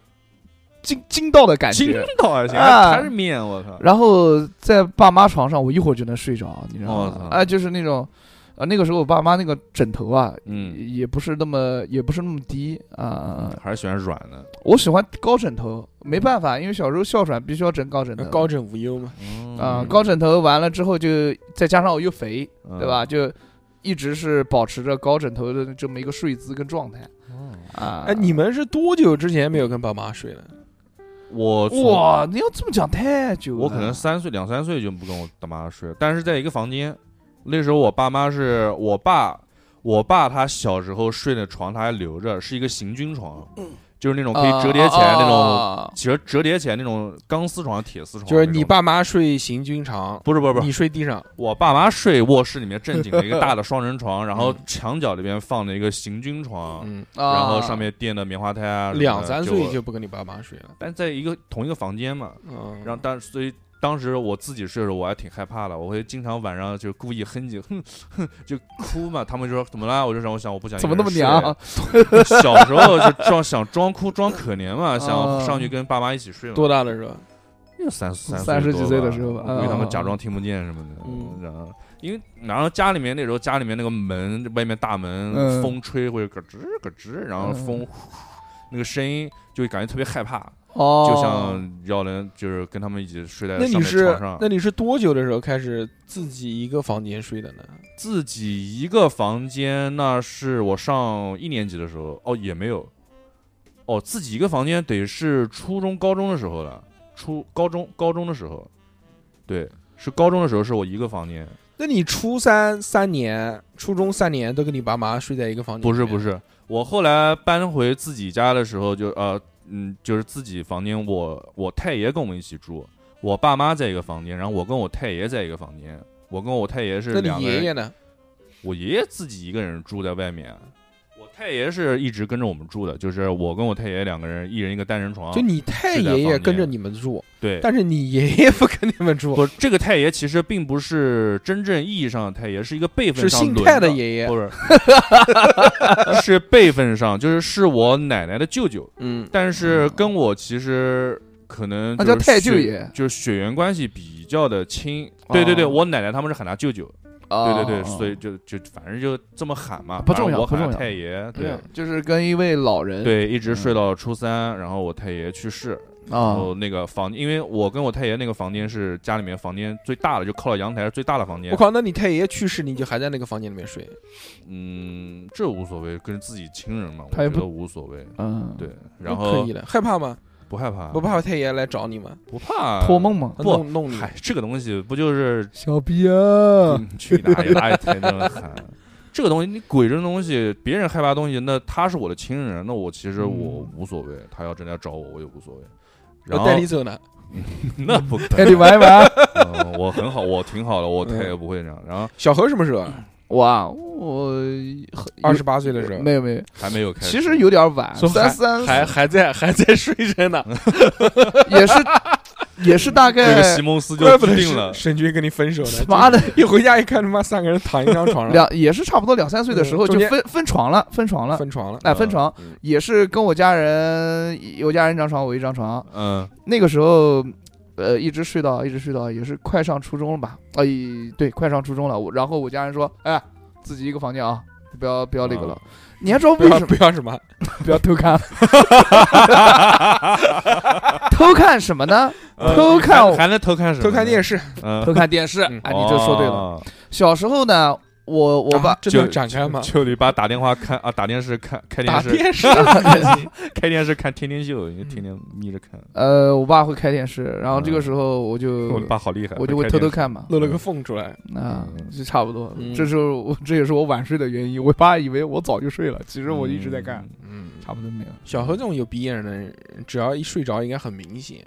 筋筋道的感筋觉。道还行，啊还是面，我靠，然后在爸妈床上，我一会儿就能睡着，你知道我操吗？啊，就是那种，呃，那个时候我爸妈那个枕头啊，嗯，也不是那么也不是那么低啊。还是喜欢软的，我喜欢高枕头，没办法，因为小时候哮喘必须要枕高枕头。呃高枕无忧嘛。啊、高枕头完了之后就再加上我又肥，嗯对吧？？就一直是保持着高枕头的这么一个睡姿跟状态啊。哎，你们是多久之前没有跟爸妈睡的？我从哇，你要这么讲太久了，我可能三岁两三岁就不跟我大妈睡，但是在一个房间。那时候我爸妈是我爸，我爸他小时候睡的床他还留着，是一个行军床，就是那种可以折叠起来那种，啊其实折叠起来那种钢丝床、铁丝床那种。就是你爸妈睡行军床，不是不是不是，你睡地上。我爸妈睡卧室里面正经的一个大的双人床，然后墙角那边放了一个行军床，嗯，啊然后上面垫的棉花胎啊什么的。两三岁我就不跟你爸妈睡了。但在一个同一个房间嘛，嗯，然后当所以当时我自己睡的时候，我还挺害怕的，我会经常晚上就故意哼唧 哼哼就哭嘛，他们就说怎么啦？我就让我想我不想一啊怎个么人那么睡娘？？小时候就装想装哭装可 怜嘛，想啊上去跟爸妈一起睡嘛。多大的时候？就三三三十几多岁的时候吧我估计他们嗯假装听不见什么的，嗯然后。因为然后家里面那时候家里面那个门外面大门、嗯风吹会咯吱咯吱，然后风、那个声音就会感觉特别害怕，哦，就像要人就是跟他们一起睡在那上你面床是上。那你是多久的时候开始自己一个房间睡的呢？自己一个房间，那是我上一年级的时候，哦，也没有，哦，自己一个房间得是初中、高中的时候了，初高中、高中的时候，对，是高中的时候是我一个房间，那你初三三年、初中三年都跟你爸妈睡在一个房间？不是不，是，我后来搬回自己家的时候就呃嗯，就是自己房间，我我太爷跟我们一起住，我爸妈在一个房间，然后我跟我太爷在一个房间，我跟我太爷是那两你个人啊爷爷呢？我爷爷自己一个人住在外面，我太爷是一直跟着我们住的，就是我跟我太爷两个人，一人一个单人床。就你太爷爷跟着你们住，对，但是你爷爷不跟你们住，不，这个太爷其实并不是真正意义上的太爷，是一个辈分是上姓轮蔡的爷爷。不 是，是辈分上，就是是我奶奶的舅舅，嗯，但是跟我其实可能那就叫是太舅血爷就是血缘关系比较的亲。对对对，哦我奶奶他们是喊他舅舅，对对对对，所以就就反正就这么喊嘛，不重反正要我不喊重要太爷，对。就是跟一位老人对，一直嗯睡到初三，然后我太爷去世，然啊，后那个房，因为我跟我太爷那个房间是家里面房间最大的，就靠了阳台是最大的房间我。靠，那你太爷爷去世，你就还在那个房间里面睡？嗯，这无所谓，跟自己亲人嘛，我他也觉不得无所谓。嗯，对，，然那后可以的，害怕吗？不害怕，不怕太爷来找你吗？不怕托。梦嗯嘛，他不弄弄你，嗨，这个东西 不就是小逼啊，嗯去哪里哪里才能喊？这个东西，你鬼这种东西，别人害怕的东西，那他是我的亲人，那我其实我嗯无所谓。他要真的要找我，我也无所谓。然我后带你走呢。 那不可带能哎你玩一玩。啊 嗯，我很好，我挺好的，我太嗯也不会这样。然后小何什么时候啊？嗯哇，我很二十八岁的时候，没有没有，还没有开始，其实有点晚，说三三还还在还在睡着呢， 也是也是大这概个席蒙斯就怪不制得定了沈。沈军跟你分手呢。妈的 一回家一看，他妈三个人躺一张床上，两也是差不多两三岁的时候嗯就中间分分床了，分床了，分床了。哎分床嗯也是跟我家人有家人一张床，我一张床。嗯那个时候呃，一直睡到一直睡到也是快上初中了吧？哎，对，快上初中了。我然后我家人说，哎，自己一个房间啊，不要不要那个啊了。你还知道不为要什么不要什么，不要偷看？ 偷看什么呢？ 偷看嗯还我还能偷看什么？偷看电视，视，嗯哦偷看电视。嗯哎，你这说对了。，小时候呢，我我爸啊这能就展开吗？就你爸打电话看啊，打电视看，开打电视电视，开电视看《天天秀》，你就天天眯着看。呃，我爸会开电视，然后这个嗯时候我就我爸好厉害，我就会开偷偷电视。看嘛，露了个缝出来，啊嗯，就差不多嗯。这是我这也是我晚睡的原因。我爸以为我早就睡了，其其实我一直在看，，嗯，差不多没有。小何这种有鼻炎的人，只要一睡着，应该很明显。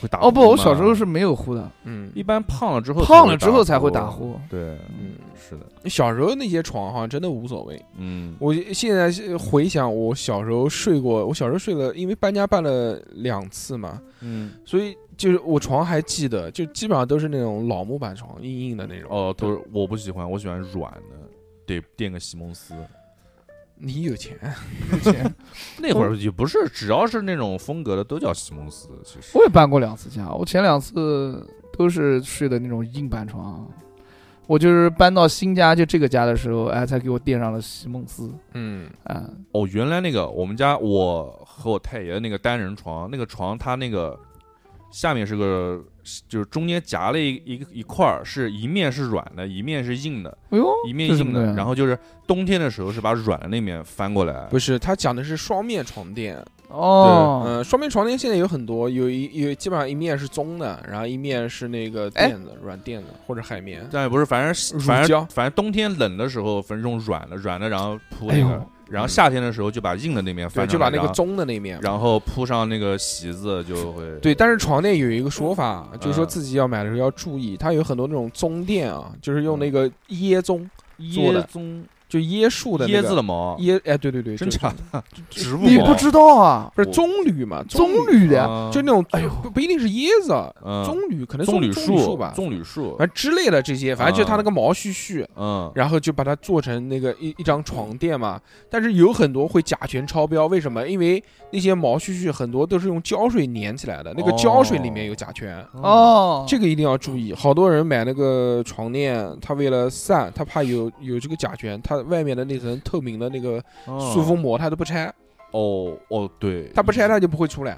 会打呼哦不，我小吗时候是没有呼的，嗯，一般胖了之后，胖了之后才会打。呼。对，嗯，是的，小时候那些床哈，真的无所谓。嗯，我现在回想我小时候睡过，我小时候睡了，因为搬家搬了两次嘛，嗯，所以就是我床还记得，就基本上都是那种老木板床，硬硬的那种。哦，都是我不喜欢，我喜欢软的，得垫个席梦思。你有钱，那会儿也不是，只要是那种风格的都叫席梦思，其实我也搬过两次家，我前两次都是睡的那种硬板床。我就是搬到新家，就这个家的时候，哎，才给我垫上了席梦思嗯，啊。哦，原来那个我们家我和我太爷的那个单人床，那个床它那个下面是个，就是中间夹了一一个一块儿，是一面是软的，一面是硬的，哎呦，一面这是硬什么的呀。然后就是冬天的时候是把软的那面翻过来，不是，他讲的是双面床垫，啊哦，嗯，双面床垫现在有很多，有一有基本上一面是棕的，然后一面是那个哎垫子，软垫子或者海绵。但也不是，反正乳反胶正反正冬天冷的时候，反正用软的软的，然后铺哎那个呦，然后夏天的时候就把硬的那面对，翻就上把来，那个然后棕的那面，然后铺上那个席子就会对，但是床垫有一个说法，就是说嗯自己要买的时候要注意，它有很多那种棕垫啊，就是嗯用那个椰棕，做的椰棕就椰树的、那椰个、子的毛，椰，哎，对对对， 真就假的植物你毛不知道啊？不是我棕榈嘛？棕棕榈的呀，啊就那种，哎呦，不不一定是椰子啊，嗯棕榈可能棕榈榈树吧，哎棕榈树反，正之类的这些，反正就它啊那个毛絮絮，嗯，然后就把它做成那个一一张床垫嘛。但是有很多会甲醛超标，为什么？因为那些毛絮絮很多都是用胶水粘起来的，那个胶水里面有甲醛。嗯哦，这个一定要注意，好多人买那个床垫，他为了散，他怕有有这个甲醛，他外面的那层透明的那个哦塑封膜他都不拆，嗯哦哦对，他嗯不拆它就不会出来，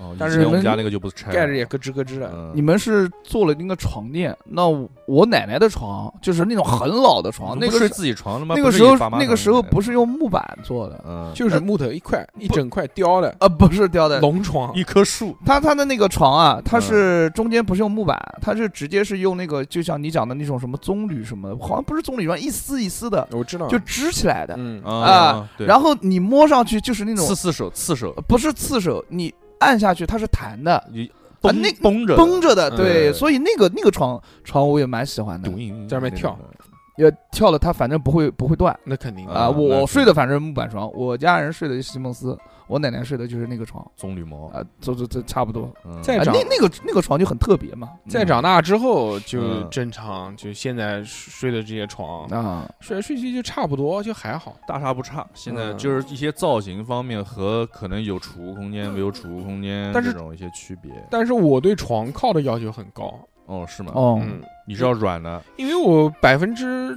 哦，但以是前我们你们家那个就不哎拆了，盖着也咯吱咯吱的。嗯你们是做了那个床垫，那我我奶奶的床就是那种很老的床，你那不个睡时自己床了吗？那不个是时你候爸妈那个弄时候的不是用木板做的，嗯就是木头一块一整块雕的啊，不是雕的，龙床，一棵树它它的那个床啊，它嗯是中间不是用木板，它是直接是用那个，就像你讲的那种什么棕榈什么的，好像不是棕榈吧，一丝一丝的我知道，就支起来的，嗯啊对然后你摸上去就是那种刺刺手刺手呃不是刺手，你按下去它是弹的，你啊绷那呃绷着绷着的，嗯对，所以那个那个床床我也蛮喜欢的抖，音在外面跳也跳了它反正不会不会断。那肯定啊，啊那我是睡的反正木板床，我家人睡的席梦思，我奶奶睡的就是那个床棕榈毛，啊，这这这差不多。嗯在啊，长那那个那个床就很特别嘛再长大之后就嗯正常，就现在睡的这些床，啊，睡来睡去就差不多，就还好。大差不差，现在嗯就是一些造型方面和可能有储物空间没有储物空间但是这种一些区别。但是我对床靠的要求很高，哦，是吗？哦，嗯，你是要软的，因为我百分之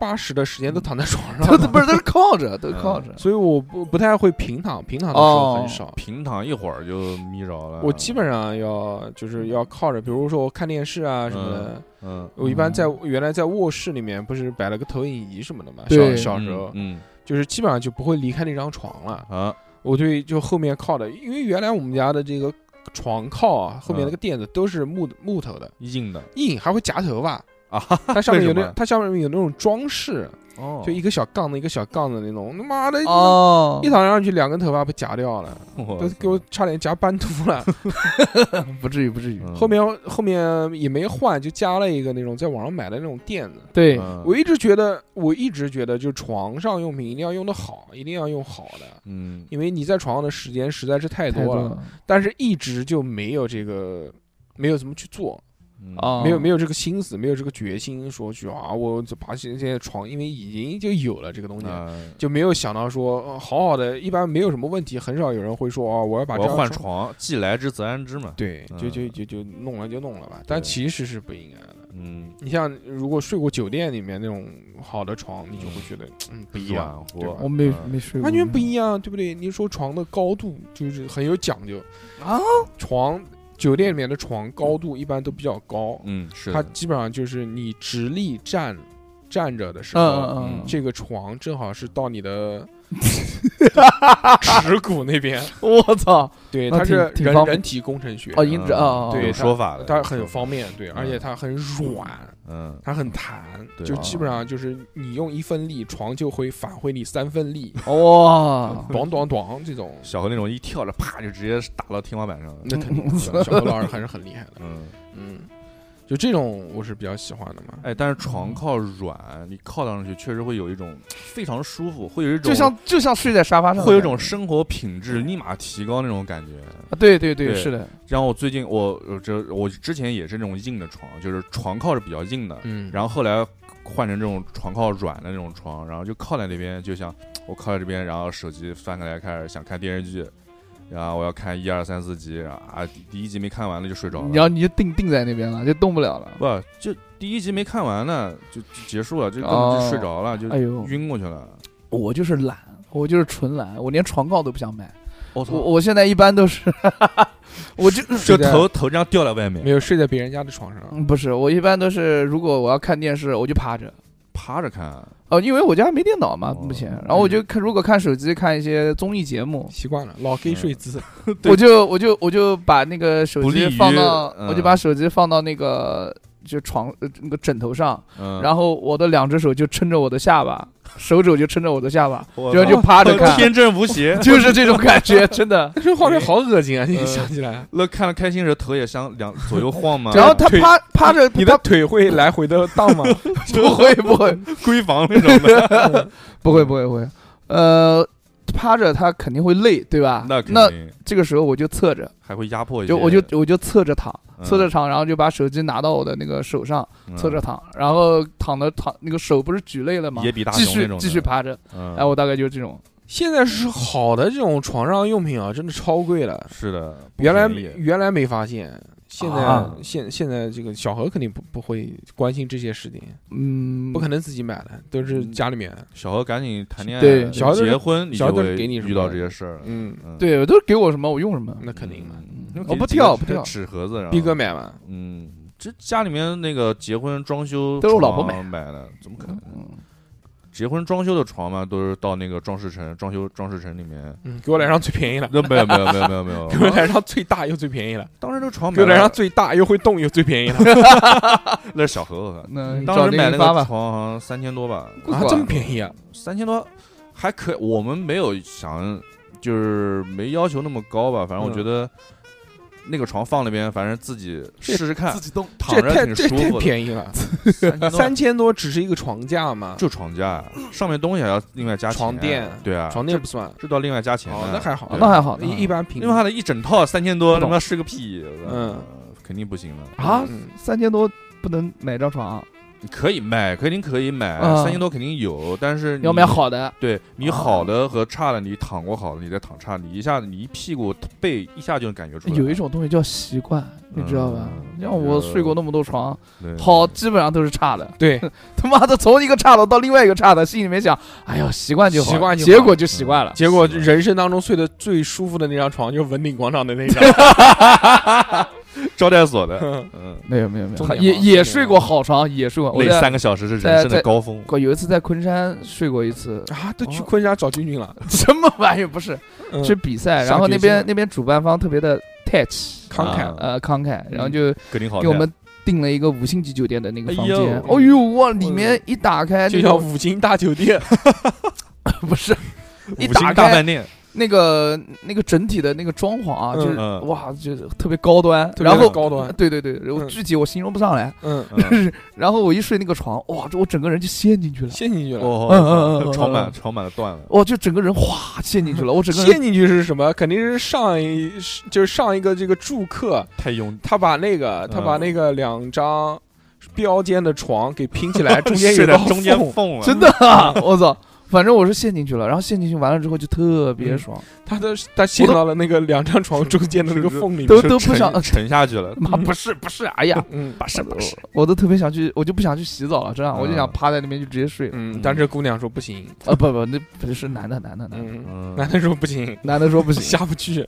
八十的时间嗯都躺在 床 他上他嘛，不是他是靠着，都靠着。所以我不不太会平躺，平躺的时候很少。平躺一会儿就眯着了。我基本上要就是要靠着，比如说我看电视啊什么的。嗯，我一般在原来在卧室里面不是摆了个投影仪什么的嘛，小对小时候嗯就是基本上就不会离开那张床了。嗯啊，我对就后面靠的，因为原来我们家的这个床靠啊，后面嗯那个垫子都是木木头的，硬的硬还会夹头发。啊，哈哈它上面有为什那么它上面有那种装饰，哦，就一个小杠子一个小杠子那种，他妈的哦一，躺上去，两根头发被夹掉了，我都给我差点夹斑秃了。不至于不至于。嗯 后面后面也没换，就加了一个那种在网上买的那种垫子。对嗯我一直觉得，我一直觉得，就床上用品一定要用的好，一定要用好的，嗯因为你在床上的时间实在是太太多了。了。但是一直就没有这个，没有怎么去做。嗯啊，哦没有没有，有这个心思，没有这个决心，说去啊，我就爬现现在床，因为已经就有了这个东西，啊，就没有想到说呃好好的，一般没有什么问题，很少有人会说啊，我要把我这要张换，床，既来之则安之嘛。对，就就嗯就就弄了就弄了吧，但对其实是不应该的。嗯，你像如果睡过酒店里面那种好的床，你就会觉得嗯不一样，软对和吧我没嗯没睡过，完全不一样，对不对？你说床的高度就是很有讲究啊，床酒店里面的床高度一般都比较高，嗯，是它的，基本上就是你直立站站着的时嗯，候，嗯嗯嗯，这个床正好是到你的耻骨那边，我操，对，那它是挺挺人方便人体工程学，哦因子嗯啊啊啊对有它说法的，它有很说法，方便，对，而且它很软。嗯，它很弹，对就啊基本上就是你用一分力，床就会返回你三分力，哇，咣咣咣这种。小何那种一跳着啪就直接打到天花板上了，那肯 定，小何老师还是很厉害的。嗯，嗯，就这种我是比较喜欢的嘛。哎，但是床靠软，你靠上去确实会有一种非常舒服，会有一种就像就像睡在沙发上的感觉，会有一种生活品质立马提高那种感觉。啊，对对对是的，然后我最近我我这我之前也是那种硬的床，就是床靠是比较硬的，嗯，然后后来换成这种床靠软的那种床，然后就靠在那边，就想我靠在这边，然后手机翻开来开始想看电视剧，然后我要看一二三四集，然后啊第第一集没看完了就睡着了，然后你就定定在那边了，就动不了了，不就第一集没看完呢就就结束了，就根本就睡着了，就哎呦，晕过去了。我就是懒，我就是纯懒，我连床靠都不想买，我我我现在一般都是，我就就头头这样掉在外面没，有睡在别人家的床上，嗯不是，我一般都是如果我要看电视，我就趴着。趴着看。哦，因为我家没电脑嘛，哦目前，然后我就看，如果看手机看一些综艺节目，习惯了老 gay 睡姿。我就我就我就把那个手不利机于放到，嗯我就把手机放到那个就床呃那个枕头上，嗯，然后我的两只手就撑着我的下巴，手肘就撑着我的下巴，后然后就趴着看，。天真无邪就是这种感觉，真 的。 这画面好恶心啊！你呃想起来，那看了开心时，头也向两左右晃嘛，然后他腿趴趴着，你的腿会来回的荡吗？他不会不 会闺房那种 的，不会不会不会，呃，趴着他肯定会累，对吧？那肯那定这个时候我就侧着，还会压迫一些。就我就我就侧着躺，嗯侧着躺，然后就把手机拿到我的那个手上，嗯侧着躺，然后躺的躺那个手不是举累了吗？ 野比大继雄那续种的，继续趴着，嗯。哎，我大概就是这种。 现在是好的这种床上用品啊，真的超贵了。是的，不原来嗯便宜原来没发现，现在啊现现在这个小何肯定不不会关心这些事情，嗯，不可能自己买的，都是家里面。小何赶紧谈恋爱，对小何都是结婚，你小就何都是会给你什么遇到这些事儿了。嗯，嗯，对，都是给我什么我用什么。那肯定嘛。嗯我不跳不跳纸盒子，然后逼哥，买嘛，嗯，这家里面那个结婚装修都是我老婆买床买的，怎么可能？嗯，结婚装修的床嘛，都是到那个装饰城、装修装饰城里面。嗯，给我来张最便宜的，那没有没有没有没有没有啊给，我来张最大又最便宜的，当时这个床给买我来了张最大又会动又最便宜的那是小何我靠那嗯当时买那那个发床吧，好像三千多吧，啊，这么便宜啊！三千多还可以，我们没有想就是没要求那么高吧，反正我嗯觉得那个床放那边，反正自己试试看，己动。躺这着太挺这舒太服的。便宜了，三三千多只是一个床架嘛，就床架，上面东西还要另外加钱床垫对啊，床垫不算。这都要另外加钱的。啊哦，那还好，对那还好嗯那还好一一般平另外它的一整套三千不多，他懂妈是个屁，我操呃嗯，肯定不行的。啊嗯三千多不能买张床啊，你可以买，肯定可以买，嗯啊三千多肯定有，但嗯是你要买好的。对你好的和差的，你躺过好的，你再躺差的，你一下子你一屁股背一下就能感觉出来。有一种东西叫习惯，你知道吧嗯？像我睡过那么多床，对好，基本上都是差的。 对， 他妈的，从一个岔的到另外一个岔的，心里面想，哎呀，习惯就好，习惯就好嗯结果就习惯了。结果人生当中睡得最舒服的那张床就是文鼎广场的那 张，招待 所的，嗯，没有没有没重点有，嘛也重点也嘛睡过好床，也睡过。我那在三个小时是人生的高峰。有一次在昆山睡过 一次，啊，都哦去昆山找君君了，什么玩意儿？不是嗯去比赛，下然后那决心了边那边主办方特别的 touch，慷慨啊呃慷慨，嗯然后就格林好给我们订了一个五星级酒店的那个房间。哎呦嗯哦呦哇，里面一打开就那叫种五金大酒店， 不是，一一打打大开 饭店，那个那个整体的那个装潢啊，嗯就是嗯哇，就是特别高端。特别然后高端对对对，我嗯具体我形容不上来。嗯， 嗯然后我一睡那个床，哇，这我整个人就陷进去了，陷进去了。哦，嗯嗯嗯嗯床嗯板床板都断了，我就整个人哗陷进去了，我整个人陷进去是什么？肯定是上一就是上一个这个住客，太 用他把那个他嗯把那个两张标间的床给拼起 来，中间有睡一在道中间缝缝了，真的啊，我操！反正我是陷进去了，然后陷进去完了之后就特别爽，他的他陷到了那个两张床中间的那个缝里面。都就都不沉想沉下去 了，妈不是不是，哎 呀，嗯不是不是，嗯我都特别想去，我就不想去洗澡了，真的，我就想趴在那边就直接睡了。嗯，但是姑娘说不行，啊不不，那不是男的男的男的，嗯，嗯，男的说不行，男的说不行，下不去。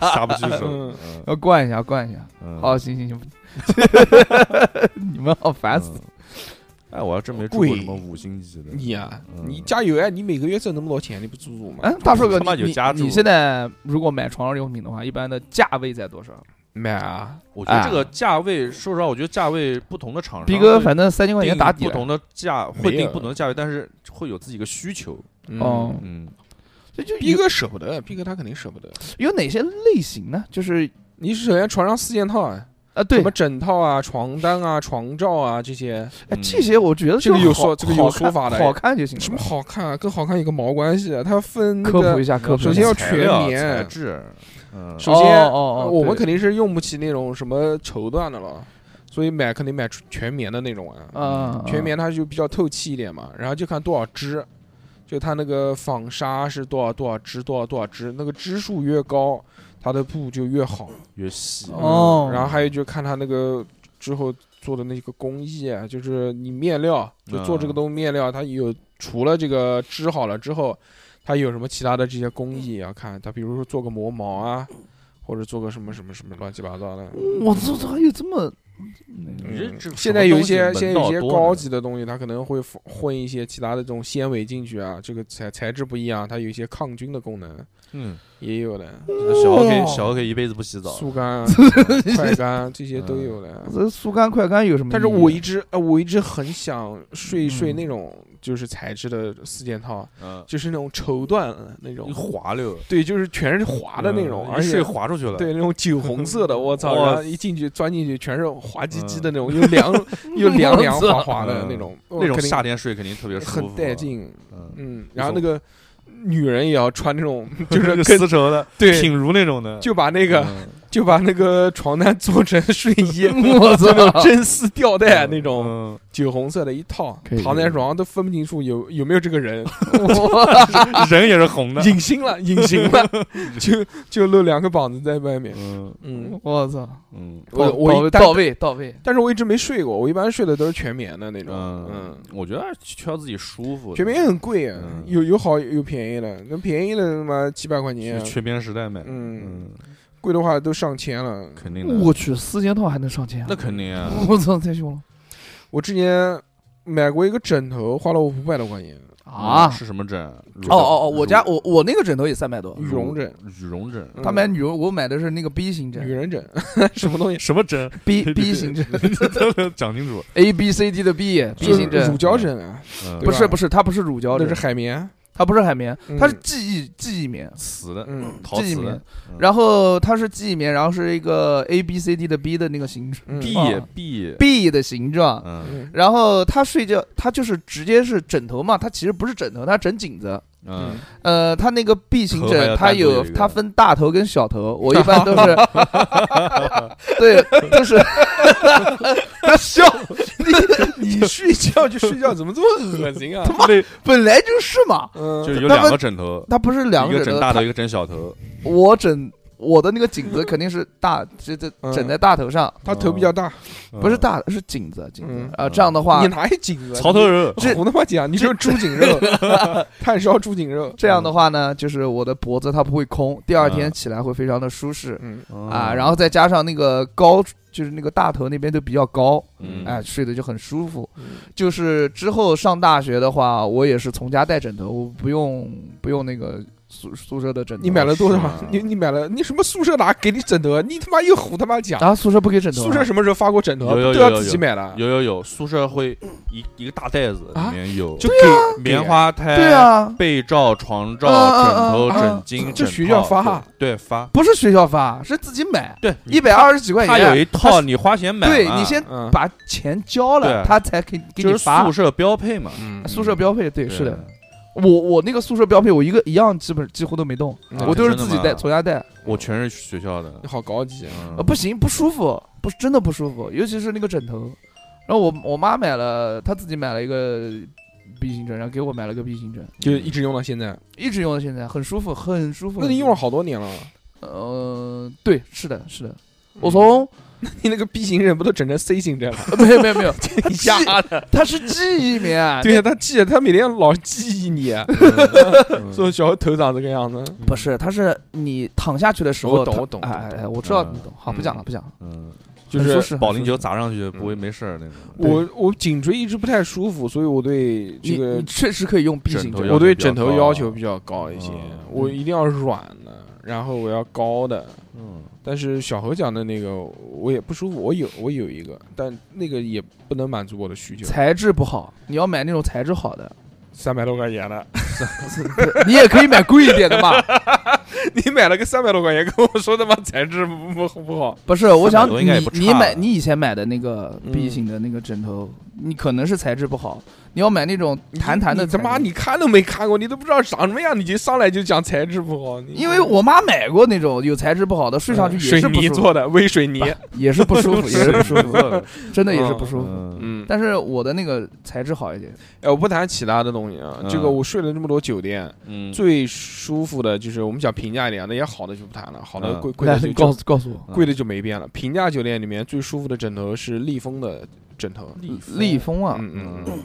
下不去手，嗯嗯要灌一下灌一下。嗯好，行行行， 你们好烦死。嗯哎，我要真没住过贵什么五星级的，你呀，嗯你加油呀！你每个月挣那么多钱，你不住住吗？哎，大硕哥，他妈有你家你住你现在如果买床上用品的话，一般的价位在多少？买啊，我觉得哎这个价位，说实话，我觉得价位不同的厂商，逼哥，反正三千块钱打底不了。同的价没会有定不同的价位，但是会有自己一个需求。嗯哦嗯，这就逼有哥舍不得，逼哥他肯定舍不得。有哪些类型呢？就是你首先床上四件套啊，啊，什对么，枕套啊、床单啊、床罩啊这些，哎，嗯这些我觉得这个就有好说这个有好看说法的哎好看就行了。什么好看啊？跟好看有个毛关系啊？它分那科普个一，下，科普首一先下要材全料棉啊材质，嗯，首先哦哦哦我们对肯定是用不起那种什么绸缎的了，所以买肯定买全棉的那种啊。啊，全棉它就比较透气一点嘛，然后就看多少支，就它那个纺纱是多少多少支多少多少支，那个支数越高，它的布就越好。越细。哦嗯然后还有就看它那个之后做的那个工艺啊，就是你面料，就做这个东西面料，它有除了这个织好了之后，它有什么其他的这些工艺要看，它比如说做个磨毛啊，或者做个什么什么什么乱七八糟的。我操，这还有这么你这嗯这现在有一些什么东现在有一些西门道多呢高级的东西，它可能会混混一些其他的这种纤维进去啊，这个材材质不一样，它有一些抗菌的功能，嗯，也有的，小何可以小何可以一辈子不洗澡。嗯速干、啊、快干这些都有的。这速干快干有什么意义？啊嗯但是我一直，呃，我一直很想睡一睡嗯，那种就是材质的四件套，嗯，就是那种绸缎的那种一，滑溜，对，就是全是 滑的那种，嗯而一睡且滑出去了。对那种酒红色的，我操！ 哇嗯然后一进去钻进去全是滑唧唧的那种，又凉 又凉凉滑滑的那种，那种肯定夏天睡肯定特别舒服，很带。劲，嗯，嗯。然后那个女人也要穿那 种，就就是是跟丝绸的，对，品如那种的。就把那个 嗯就把那个床单做成 睡衣 我操， 真丝吊带哎啊那种。嗯酒红色的一套可以，躺在床上都分不清楚有有没有这个人，人也是 红的。隐形了，隐形了，就就露两个膀子在外面。嗯嗯，我操，嗯我到我一到但到位到位，但是我一直没睡过，我一般睡的都是全棉的那种。嗯嗯，，我觉得还是挑自己舒服的。全棉也很贵啊嗯，有有好有便宜的，那便宜的他妈几百块钱啊去，全棉时代买。嗯嗯，贵的话都上千了。肯定的。我去，四件套还能上千啊那？肯定啊，我操，太凶了我之前买过一个枕头，花了我五百多块钱，啊！是什么枕？哦哦哦哦，我家我我那个枕头也三百多，羽绒枕，羽绒枕，嗯他买女绒，我买的是那个 B 型女枕人枕，什么东 西？什么枕，B B 型枕讲清楚。 ，A B C D 的 B，B 就是型乳枕。胶枕啊，嗯对不吧是不是，它不是乳胶那枕是，海绵。它不是海绵，嗯它是记忆记忆棉，瓷的，嗯陶记忆瓷棉的。然后它是记忆棉，然后是一个 A B C D 的 B 的那个形状嗯 B 啊 B， ，B 的形状。嗯嗯然后它睡觉，它就是直接是枕头嘛，它其实不是枕头，它枕颈子。嗯嗯，，呃，它那个 B 型头枕，它还要单独有有一个它分大头跟小头，我一般都 是，对，就是 他笑，你睡觉就睡觉，怎么这么恶心啊？那本来就是嘛，嗯，就是有那两么个枕头，它不是两一个个枕枕头，大它头，一个枕小头。我枕我的那个颈子肯定是大，这这嗯枕在大头上，他头比较大，不是嗯大的，是颈子，颈嗯子啊。这样的话你，哪有颈子？槽头肉，啊你，这胡他妈啊讲，你就是猪颈肉， 炭烧猪颈肉。这样的话呢，就是我的脖子它不会空，第二天嗯起来会非常的舒适 嗯，哦啊。然后再加上那个高，就是那个大头那边都比较高，嗯哎，睡得就很舒服。嗯就是之后上大学的话，我也是从家带枕头，我不用不用那个宿宿舍的枕头。你买了多是少吗？你你买了你什么宿舍哪给你枕头啊？你他妈又胡他妈讲！啊？宿舍不给枕头啊？宿舍什么时候发过枕头啊？有有不都有要有自己买了？有有有，宿舍会一一个大袋子，里啊面有就给棉，花胎、对啊，被罩、床罩、啊枕头、啊啊啊枕巾、这枕学校套发啊对对发，不是学校发，是自己买，对一百二十几块钱。嗯他有一套，你花钱买嘛，对你先给嗯，把钱交了，对他才给给就你是发宿。舍标配嘛，嗯宿舍标配，对，是的。我我那个宿舍标配，我一个一样基本几乎都没动，嗯我都是真的自己吗带，从家带。我全是学校 的你，好高级啊。嗯呃，不行，不舒服，不是真的不舒服，尤其是那个枕头。然后我我妈买了，她自己买了一个 B 型枕，然后给我买了个 B 型枕，就一直用到现在，一直用到现在，很舒服，很舒服。那你用了好多年了。很舒服？呃，对，是的，是的。我 从呃你那个 B 型人不都整成 C 型人 了？没有没有没有，你家的，它是记忆棉啊， 对呀，他嗯记，他每天老记忆你，所所 以以小猴头长这个样子。不是，它是你躺下去的时候，我懂它我懂哎懂哎懂哎，我知道嗯你懂。好，不讲了，嗯不讲了。嗯，就很舒是适保龄球砸上去嗯不会没事儿那种。我我颈椎一直不太舒服，所以我对这你个你确实可以用 B 枕型头枕，要我对求比较枕头高要啊求比较高一些嗯，我一定要软的，然后我要高的。嗯，但是小何讲的那个我也不舒服，我有我有一个，但那个也不能满足我的需求，材质不好，你要买那种材质好的，三百多块钱的，你也可以买贵一点的嘛。 你买了个三百多块钱，跟我说他妈材质不不不好，不是，我想多你应该也不差你买了你以前买的那个 B 嗯型的那个枕头，你可能是材质不好，你要买那种弹弹的你他妈材质，你看都没看过，你都不知道长什么样，你就上来就讲材质不好，你因为我妈买过那种有材质不好的，睡上去也水是不泥舒服，做的微水 泥，也是不 舒服，也是不舒服，真的也是不舒服。嗯，嗯，但是我的那个材质好一点，哎，我不谈其他的东西啊，这个嗯我睡了这么多酒店，嗯，最舒服的就是我们讲平价一点，啊那些好的就不谈了，好的嗯贵贵来的就告就诉告诉我，贵的就没变了。平价酒店里面最舒服的枕头是立丰的枕头，立丰啊，嗯嗯，嗯，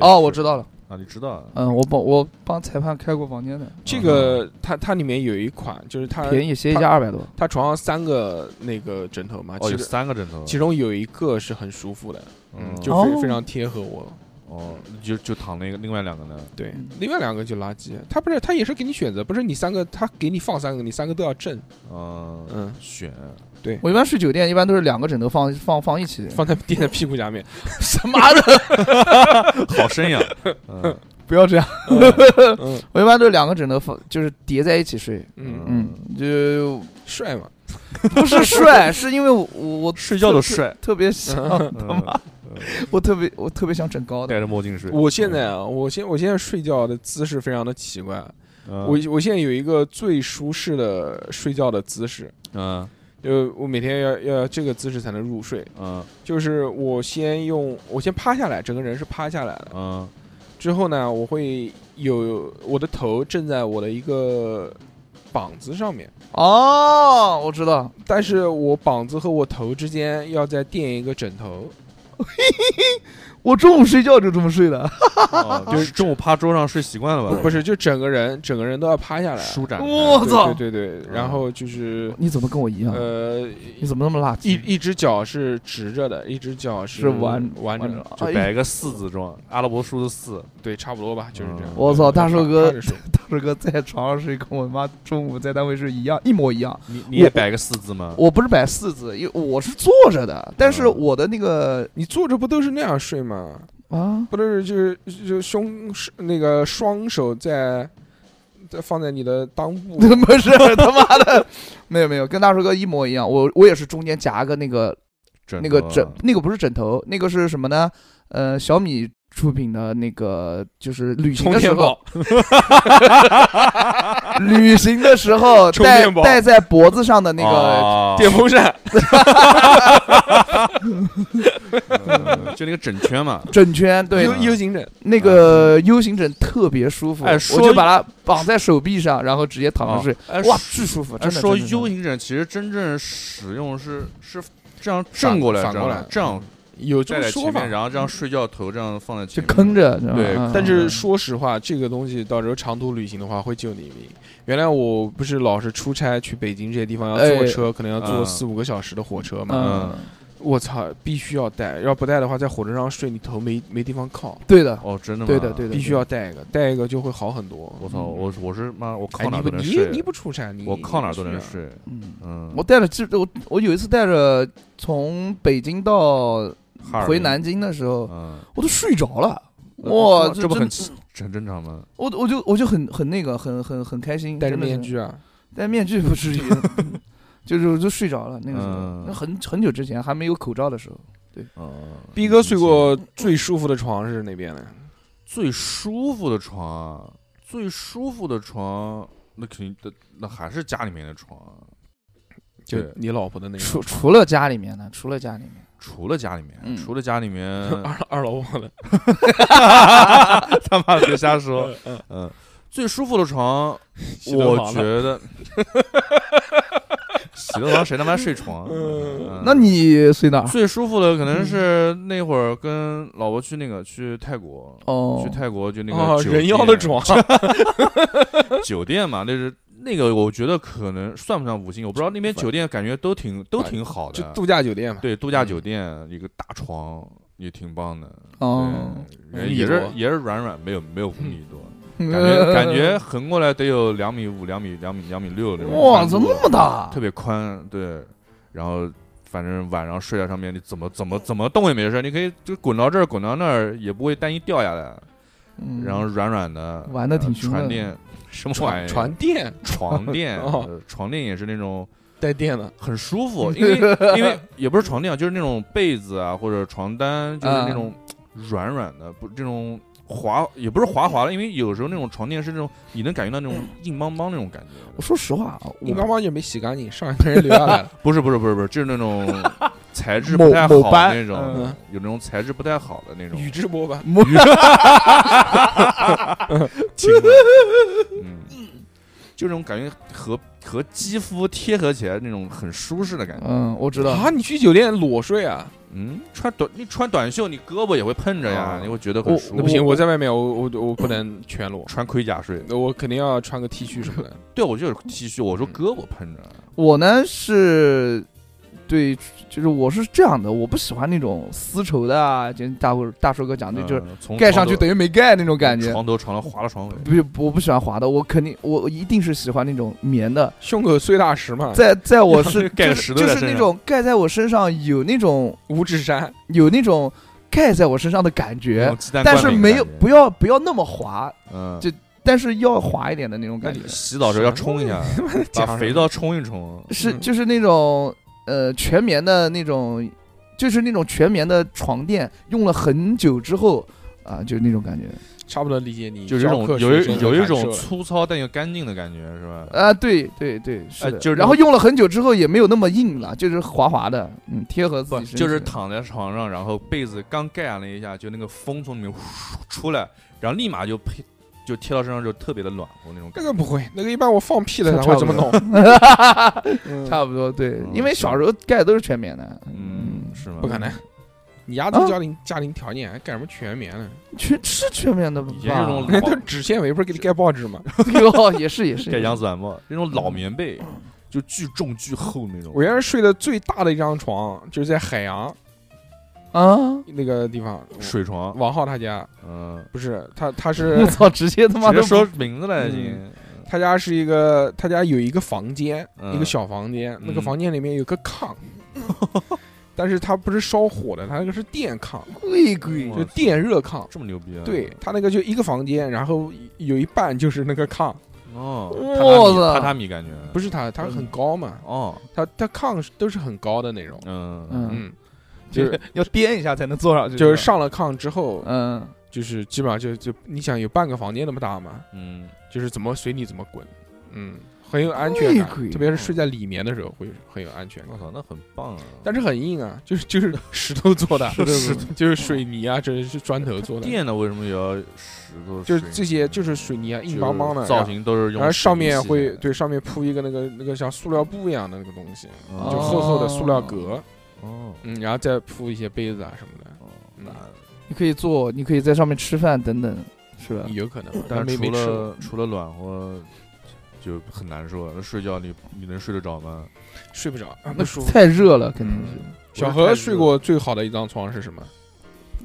哦，我知道了，啊，你知道啊，嗯嗯，我帮我帮裁判开过房间的，这个它它里面有一款就是它便宜协议价二百多，它床上三个那个枕头嘛，哦，其有实三个枕头，其中有一个是很舒服的，嗯嗯，，就哦非非常贴合我。哦，就就躺那个另外两个呢，对嗯，另外两个就垃圾，它不是它也是给你选择，不是你三个，它给你放三个，你三个都要正，嗯，嗯，选我一般睡酒店一般都是两个枕头放放放一起，放在垫在屁股下面，什么的，好生呀， 嗯 不要这样。嗯我一般都是两个枕头放，就是叠在一起睡。嗯，嗯，就帅嘛，不是帅，是因为我我睡觉都帅，嗯特别想，他妈 我特别我特别想整高的。戴着墨镜睡，我现在啊，我现我现在睡觉的姿势非常的奇怪。我我我现在有一个最舒适的睡觉的姿势，嗯就我每天要要这个姿势才能入睡。嗯就是我先用我先趴下来，整个人是趴下来的。 嗯之后呢，我会有我的头正在我的一个膀子上面，哦，我知道，但是我膀子和我头之间要再垫一个枕头。我中午睡觉就这么睡的。哦，就是中午趴桌上睡习惯了吧？不是，就整个人整个人都要趴下来。嗯舒展开，我对操！对对对，然后就是你怎么跟我一样？呃，你怎么那么垃一呃圾？一只脚是直着的，一只脚是完完完整的，就哎摆一个四字状，阿拉伯数字四，对，差不多吧，就是这样。嗯我操大寿哥趴着睡大帅哥在床上睡，跟我妈中午在单位睡一样，一模一样。你你也摆个四字吗？我不是摆四字，因为我是坐着的，但是嗯我的那个你坐着不都是那样睡吗？啊，，不都是就是就胸是那个双手在在放在你的裆部 不是他妈的， 没有没有，跟大叔哥一模一样。我我也是中间夹个那个枕那个头啊枕，那个不是枕头，那个是什么呢？呃，小米出品的那个，就是旅行充的时电候，宝， 旅行的时候充戴电宝戴在脖子上的那个，。哦电风扇，嗯 就那个枕圈嘛枕圈，对， ，U U 型枕，那个 U 型枕特别舒服，嗯哎我说就把它绑在手臂上，然后直接躺上睡，哎呃哇，说巨舒服！哎真的说真的真 U 的型枕其实真正使用是是这样正过来，反这反过样来这样有这嗯站种在说前法面，。然后这样睡觉头这样放在就前面，坑着，知道吗对嗯但嗯是嗯说实话，这个东西到时候长途旅行的话会救你一命。原来我不是老是出差去北京这些地方要坐哎车，可能要坐嗯四五个小时的火车嘛。嗯，我操，必须要带，要不带的话，在火车上睡，你头没没地方靠，对的，哦，真的吗？对的，对嗯的，必须对的要带一个，带一个就会好很多。我操，我我是妈，我哎，靠你哪儿不都能你睡，你不出差，你我靠哪儿都能。你睡。嗯，嗯，我带了，这我我有一次带着从北京到哈尔回滨，南京的时候，嗯，我都睡着了。呃哇，这不真很很正常吗？我我就我就很很那个，很很很开心。不去啊戴着真的是面，具啊，戴面具不至于，就是我就睡着了。那个时候嗯，那很很久之前还没有口罩的时候，嗯，逼哥睡过最舒服的床是哪边的？最舒服的床啊，最舒服的床，那肯定的，那还是家里面的床啊，就对你老婆的那除个除了家里面的，除了家里面。除了家里面，嗯除了家里面， 二二老婆的，他妈别瞎说，嗯，最舒服的床，洗头我房觉的得，洗头房谁他妈睡床？嗯那你睡哪儿？最舒服的可能是那会儿跟老婆去那个去泰国，哦去，泰国就那哦个酒人妖的店床，酒店嘛，那是那个我觉得可能算不上五星，我不知道那边酒店感觉都挺都挺好就的，度假酒店嘛。嗯对度假酒店一个大床也挺棒的，哦，对五米也是多也是软软，没有没有五 米多，感感觉感觉横过来得有两米五、两米两米两米六那种宽度，哇，怎么那么大？特别宽，对，然后反正晚上睡在上面，你怎么怎么怎么动也没事，你可以就滚到这儿滚到那儿，也不会担心掉下来，嗯然后软软的，玩得然后挺凶的床垫什么玩意床儿床垫床 垫哦呃床垫也是那种带电的，很 舒服，因为因为也不是床垫啊，就是那种被子啊或者床单，就是那种啊软软的，不这种。滑也不是滑滑的，因为有时候那种床垫是那种你能感觉到那种硬邦邦那种感觉。我说实话，啊你我刚刚也没洗干净，上一个人留下 来了。不是不是不是不是，就是那 种材质某不太好某班嗯那种嗯，有那种材质不太好的那种宇。智波吧，轻 的嗯，就这种感觉和和肌肤贴合起来那种很舒适的感觉。嗯，我知道，啊，你去酒店裸睡啊？嗯，穿短你穿短袖，你胳膊也会碰着呀啊，你会觉得我哦很舒那服不。行，我在外面，我我我不能全裸，穿盔甲睡，那我肯定要穿个 T 恤什么的。对我就是 T 嗯恤，我说胳膊碰着，我呢是，对，就是我是这样的，我不喜欢那种丝绸的啊，就大伙大叔哥讲的，就是嗯从盖上去床头等于没盖那种感觉。嗯床头床头滑到床尾，不，我不喜欢滑的，我肯定，我一定是喜欢那种棉的，胸口碎大石嘛，在 在我是啊盖就个是石头就在是身那上种盖在我身上有那种五指山有那种盖在我身上的感那觉种，鸡蛋但灌是饼的没感有觉不要不要那么滑，嗯就但是要滑一点的那种感觉，洗澡时候要冲一下， 把肥皂冲一冲。是嗯就是那种呃全棉的那种，就是那种全棉的床垫，用了很久之后啊，就是那种感觉差不多理解你。就是这种有一有一种粗粗糙但又干净的感觉，是吧？啊，对对对，呃是的，就是那然后种用了很久之后也没有那么硬了，就是滑滑的，嗯，贴合自己身体，就是躺在床上，然后被子刚盖上了一下，就那个风从里面呼出来，然后立马就配就贴到身上，就特别的暖和那种那感觉。个不会，那个一般我放屁 了才差会不这么多弄。 嗯 差不多对嗯，因为小时候盖的都是全棉的，嗯，是吗？不可能，你丫啊这家庭家庭条件还干什么全棉呢？全是全棉的吧以？前 这种人家都纸纤维，不是给你盖报纸吗？哟，也是也是，盖扬子晚报那种老棉被，就巨重巨厚那种。我原来睡的最大的一张床就是在海洋啊！那个地方，水床，王浩他家嗯，不是他，他我 是操，直接他妈直的接说名字了已经嗯。他家是一个，他家有一个房间，嗯一个小房间，那个嗯房间里面有个炕， 但是它不是烧火的，它那个是电炕，贵贵哇就电热炕。这么牛嗯逼啊！对，他那个就一个房间，然后有一半就是那个炕，哦，哇榻榻米榻塞榻米感觉不是嗯它，它很高嘛，哦，它它炕都是很高的那种，嗯嗯 嗯，就是要颠一下才能坐上去，就是吧上了炕之后，嗯就是基本上就就你想有半个房间那么大嘛，嗯，就是怎么随你怎么滚，嗯，很有安全哎鬼感，特别是睡在里面的时候会很有安全感我，操，那很棒啊！但是很硬啊， 就是就是石头做的，啊是的是的就是水泥啊，这是砖头做的，电的为什么也要石头？就是水泥这些就是水泥啊，硬邦邦的就是造然后型都是用水泥砌的，然后上面会对上面铺一个那个那个像塑料布一样的那个东西，哦就厚厚的塑料格，哦，嗯，然后再铺一些杯子啊什么的，哦嗯那你可以坐，你可以在上面吃饭等等，是吧？有可能吧，但没是没除吃过，了除了暖和，就啊很难受了。那睡觉你你能睡得着吗？嗯睡不着，那 不舒服。太热了，肯定是。小何睡过最好的一张床是什么？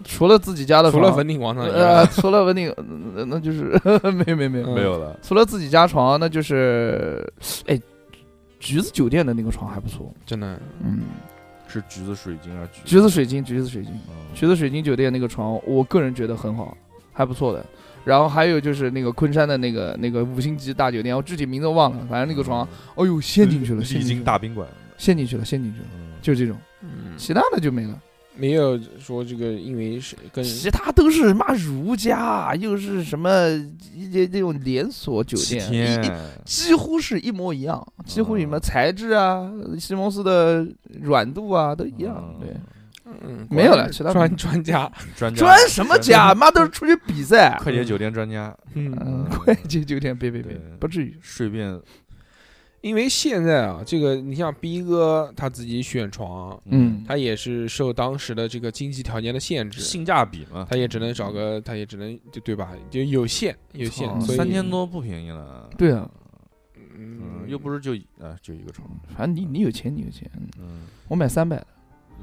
除了自己家的除床，了坟顶广场以外，呃， 除了文鼎，那那就是 没有没有没有，嗯没有了，除了自己家床，那就是哎，橘子酒店的那个床还不错，真的嗯，是橘子水晶啊，橘子水晶，橘子水晶，嗯橘子水晶酒店那个床，我个人觉得很好，还不错的。然后还有就是那个昆山的那个那个五星级大酒店，我具体名字忘了，反正那个床，哎呦，陷进去了，陷进丽去晶了，大宾馆，陷进去了，陷进去了，嗯就这种，嗯，其他的就没了。没有说这个，因为是跟其他都是什么儒家，又是什么一些这种连锁酒七店，天一一几乎是一模一样，几乎什么材质啊、席梦思的软度啊都一样。嗯对，嗯没有了其他专专家，专家专什么家？妈都是出去比 赛。快捷酒店专家，嗯，嗯嗯，快捷酒店，别别别对，不至于。睡遍因为现在啊，这个你像逼哥他自己选床，嗯，他也是受当时的这个经济条件的限制，性价比嘛，他也只能找个，他也只能就对吧？就有限有限，操所以三千，多不便宜了，对啊，嗯嗯，，又不是就一啊就一个床，嗯反正你你有钱，你有钱。嗯嗯，我买三百的，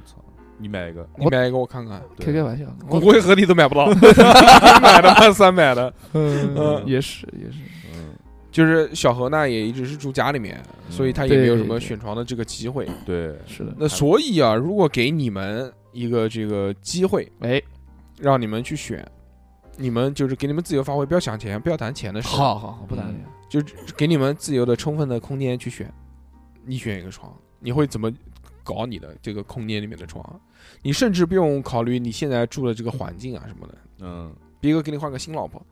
操，你买一个，你买一个我看看，对开开玩笑。骨灰盒你都买不到， 买的吗？三百的，嗯嗯 也是也是，嗯，就是小何呢，也一直是住家里面，所以他也没有什么选床的这个机会。对，是的。那所以啊，如果给你们一个这个机会，哎，让你们去选，你们就是给你们自由发挥，不要想钱，不要谈钱的事，好好好，不打脸。就给你们自由的、充分的空间去选。你选一个床，你会怎么搞你的这个空间里面的床？你甚至不用考虑你现在住的这个环境啊什么的。嗯逼哥给你换个新老婆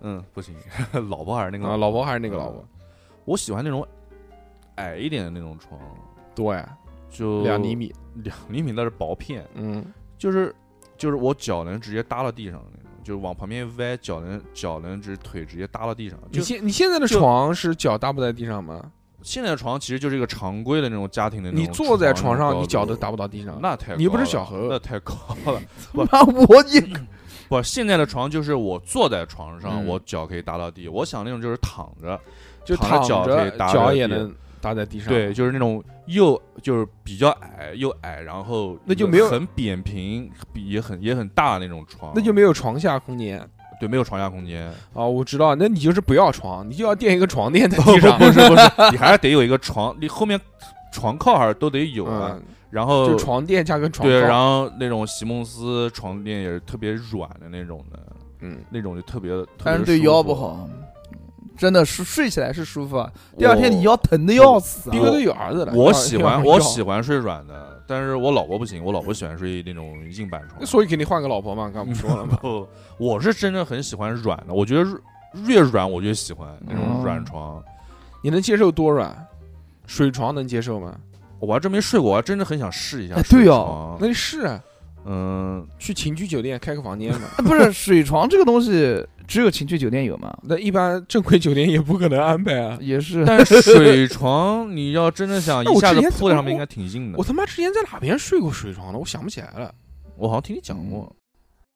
嗯，不行， 老婆还是那个嗯啊，老婆还是那个老婆，我喜欢那种矮一点的那种床，对，哦就两厘，米，两厘米那是薄片，嗯，就是就是我脚能直接搭到地上的那种，就是往旁边一歪，脚能脚能直腿直接搭到地上。你就现你现在的就床是脚搭不在地上吗？现在的床其实就是一个常规的那种家庭的那种你床坐在床那上，种你脚都高搭不度到地上。那太高了你又不是小何那太高了。不妈，我也不，现在的床就是我坐在床上，嗯我脚可以搭到地。我想那种就是躺着，就躺躺着脚可以着搭着脚也地能搭在地上。对，，就是那种又就是比较矮又矮，然后那就没有很扁平，比也很也很大那种床，那就没有床下空间对没有床下空间。啊！我知道，那你就是不要床，你就要垫一个床垫在不地不上。哦不是不 是，你还是得有一个床，你后面床靠还是都得有啊。嗯，然后就床垫加跟床对，靠然后那种席梦思床垫也是特别软的那种的，嗯，那种就特别，特但是别对舒腰服不。好，真的是睡起来是舒服啊，第二天你腰疼的要要死啊逼哥都有儿子了。我要喜要 欢我要喜欢睡软的，但是我老婆不行，我老婆喜欢睡那种硬板床。那所以给你换个老婆嘛，刚不说了吗？ 不，我是真的很喜欢软的，我觉得越越软我越喜欢那种哦软床。你能接受多软？水床能接受吗？我还真没睡过，我还真的很想试一下哎睡对床。哦那你试啊，嗯，去情趣酒店开个房间嘛。不是水床这个东西，只有情趣酒店有吗？那一般正规酒店也不可能安排啊。也 是，但是水床，你要真的想那一我下之子前铺在上我面，应该挺硬的我。他妈之前在哪边睡过水床了？我想不起来了。我好像听你讲过，嗯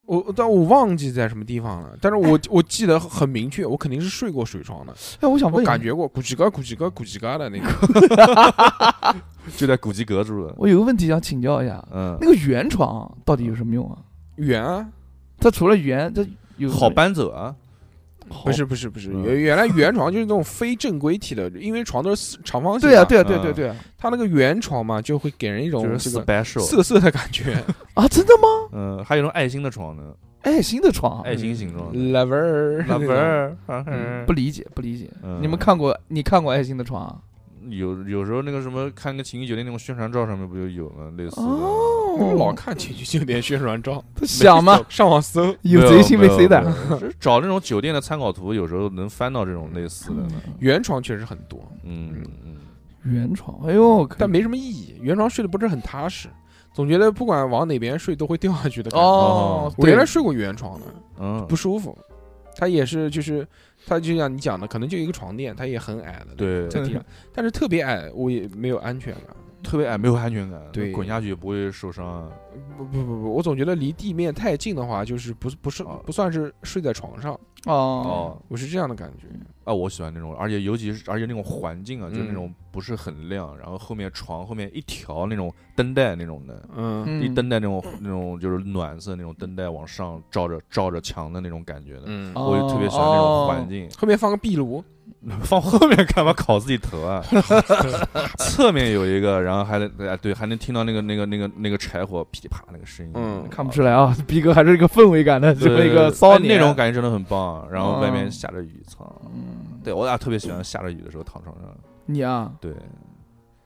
我但我忘记在什么地方了，但是 我我记得很明确，我肯定是睡过水床的，哎，啊我想我问，感，觉过咕叽嘎咕叽嘎咕叽嘎的那个。就在古籍阁住的。我有个问题想请教一下，嗯那，个圆床到底有什么用啊？圆啊，它除了圆，它有好搬走啊，好不是不是不是，嗯原原来圆床就是那种非正规体的，因为床都是四长方形对嘛，啊，对啊，对啊嗯对啊对啊它那个圆床嘛，就会给人一种就是这个 special。涩涩的感 觉。啊，真的吗？嗯，还有那种爱心的床呢，哎，新的床，爱心形嗯状的。 lover 老婆儿，嗯不理解，不理解。嗯你们看过你看过爱心的床啊？有有时候那个什么，看个情侣酒店那种宣传照上面不啊就有吗？类似的。哦我们老看情趣酒店宣传 照，他想吗？上网搜，有贼心没贼胆。没有，就是找那种酒店的参考图，有时候能翻到这种类似的呢。圆床确实很多，嗯嗯， 圆床，哎呦，可以但没什么意义。圆床睡得不是很踏实，总觉得不管往哪边睡都会掉下去的感觉。哦，我对原来睡过圆床的，嗯，不舒服。它也是就是，它就像你讲的，可能就一个床垫，它也很矮的，嗯对在地上，但是特别矮，我也没有安全感。特别矮，没有安全感，对滚下去也不会受伤啊。不不不不，我总觉得离地面太近的话，就是不是不是哦不算是睡在床上，哦，哦，我是这样的感觉。啊，我喜欢那种，而且尤其是而且那种环境啊，就是那嗯种不是很亮，然后后面床后面一条那种灯带那种的，嗯一灯带那种那种就是暖色那种灯带往上照着照着墙的那种感觉的，嗯，哦我就特别喜欢那种环境。后面放个壁炉，放后面干嘛烤自己头啊？ 侧面有一个，然后还能哎对，还能听到那个那个那个那个柴火噼里啪啦那个声音，嗯看不出来啊，逼哥还是一个氛围感的这么一个骚啊哎年那种，感觉真的很棒。啊然后外面嗯下着雨，操！嗯，对我俩特别喜欢下着雨的时候躺床上，你啊，对，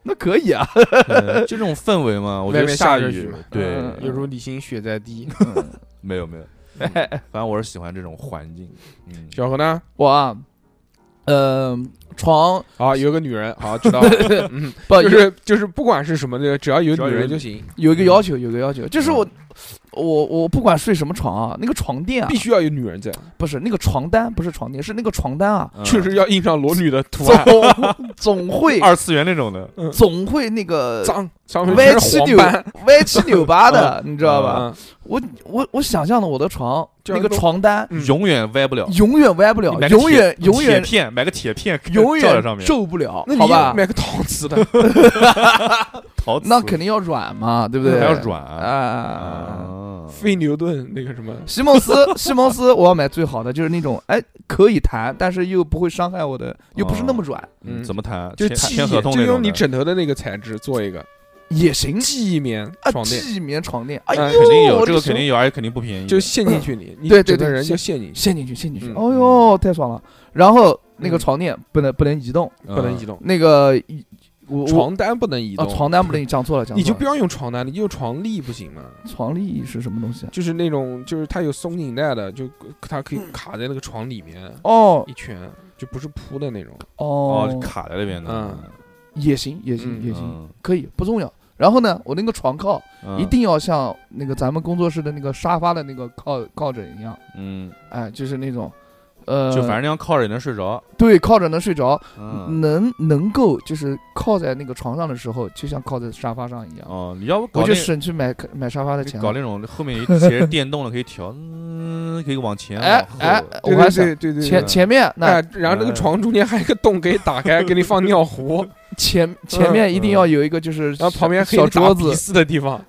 那可以啊，呃就这种氛 围嘛。我觉外得面下着雨雨嘛，对，嗯嗯有如李欣雪在滴。 没有没有，反正我是喜欢这种环境。嗯，小何呢？我啊，呃，床啊，有个女人，好知道了，嗯就不哦有是就是不管是什么的，只要有只要女人有人就行，有啊一个要求，有一个要求，就是我我我不管睡什么床啊，那个床垫啊必，须要有女人在，不是那个床单，不是床垫，是那个床单啊，嗯确实要印上裸女的图案，总 总会二次元那种的，总会那个脏上面歪全是七黄扭斑，歪七扭八的，你知道吧？嗯我我我想象的我的床就那像那个种床单嗯永远歪不了，永远歪不了你买，个永远铁永远铁片，买个铁片，永 罩在上远面，皱不了那，你好吧？买个陶瓷的，陶瓷那肯定要软嘛，嗯对不对？哎还要软啊！啊费牛顿那个什么，西蒙斯， 西蒙斯，我要买最好的，就是那种哎可以弹，但是又不会伤害我哦的，又不是那么软，嗯嗯，怎么谈？就签记忆签合同就那用种你的，枕头的那个材质做一个也行记忆棉啊，床垫，记忆棉床垫，哎嗯呦，肯定有我这的个手肯定有，而且肯定不便宜的，就陷进去你，你对对整个对人就陷陷进去，陷进去，陷进去，嗯哎呦，太爽了！然后那个嗯床垫不能不能移动，不能移动。动，那个移我我嗯床单不能移啊动，床单不能移讲错了，讲错了你就不要用床单，你就用床笠不行吗？床笠是什么东西啊？就是那种，就是它有松紧带的，就它可以卡在那个床里面哦一圈，就不是铺的那种。哦，哦，卡在那边的，嗯也行也行嗯也行，嗯，可以不重要。然后呢，我那个床靠嗯一，定要像那个咱们工作室的那个沙发的那个靠靠枕一样，嗯，哎，就是那种，呃，就反正那样靠着也能睡着，对靠着能睡着，嗯，能能够就是靠在那个床上的时候，就像靠在沙发上一样，哦，你要不搞我就那省去买买沙发的钱了搞那种后 面有其实电动的可以调，嗯，可以往前哎往后，哎，对我还对想对对对，前对前面那哎，然后那个嗯床中间还有一个洞可以打开，给你放尿壶， 前前面一定嗯要有一个就是嗯然后旁边可以小桌打子啊鼻，屎的地方。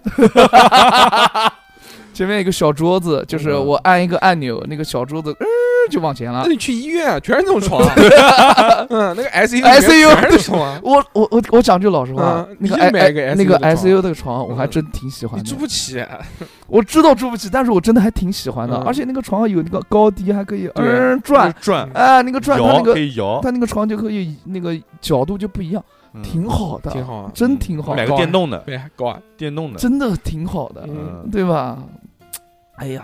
前面有一个小桌子，就是嗯我按一个按钮，那个小桌子嗯就往前了那。你去医院啊，全是那种 床啊，嗯，那个 ICU 里面 ICU 全是那种啊，我我我我讲句老实话嗯，那个你就 I 买一个 I- 那个 ICU ICU 的床，我还真挺喜欢你的住。不起啊，我知道住不起，但是我真的还挺喜欢的，嗯而且那个床有那个高低，还可以对嗯转，转哎，那个转它摇那可个以摇，它那个床就可以那个角度就不一样，嗯挺好的，挺好啊，真挺好买的，个电动的，对啊，高啊，电动的，真的挺好的， 嗯，对吧？哎呀，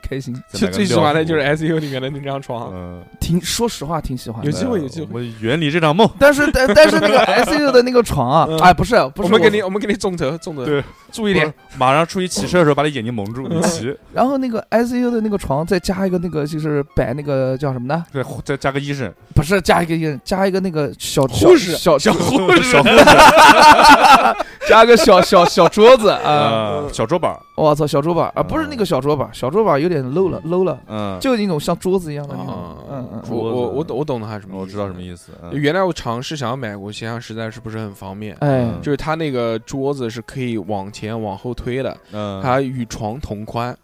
开心，再就买个最喜欢的尿就是壶 ICU 里面的那张床，啊嗯，挺说实话挺喜欢有的。机会有机会我们远离这场梦。但是但但 是那个 ICU 的那个床嗯啊，哎，不是不我是们给你我们给你众筹众筹，对注意点，嗯马上出去骑车的时候把你眼睛蒙住，你骑，然后那个 ICU 的那个床，再加一个那个就是摆那个叫什么呢？再再加个医生，不是加一个人，加一个那个小 护士啊小小护士，小护 加个小小小桌子啊！啊，小桌板儿，我操，小桌板啊，不是那个小桌板，小桌板有点 low 了 low 了，嗯，就那种像桌子一样的那种。嗯啊嗯，我嗯我我懂我懂他什么，我知道什么思。意思，嗯原来我尝试想要买过，想想实在是不是很方便。哎嗯就是它那个桌子是可以往前往后推的，嗯，它与床同宽，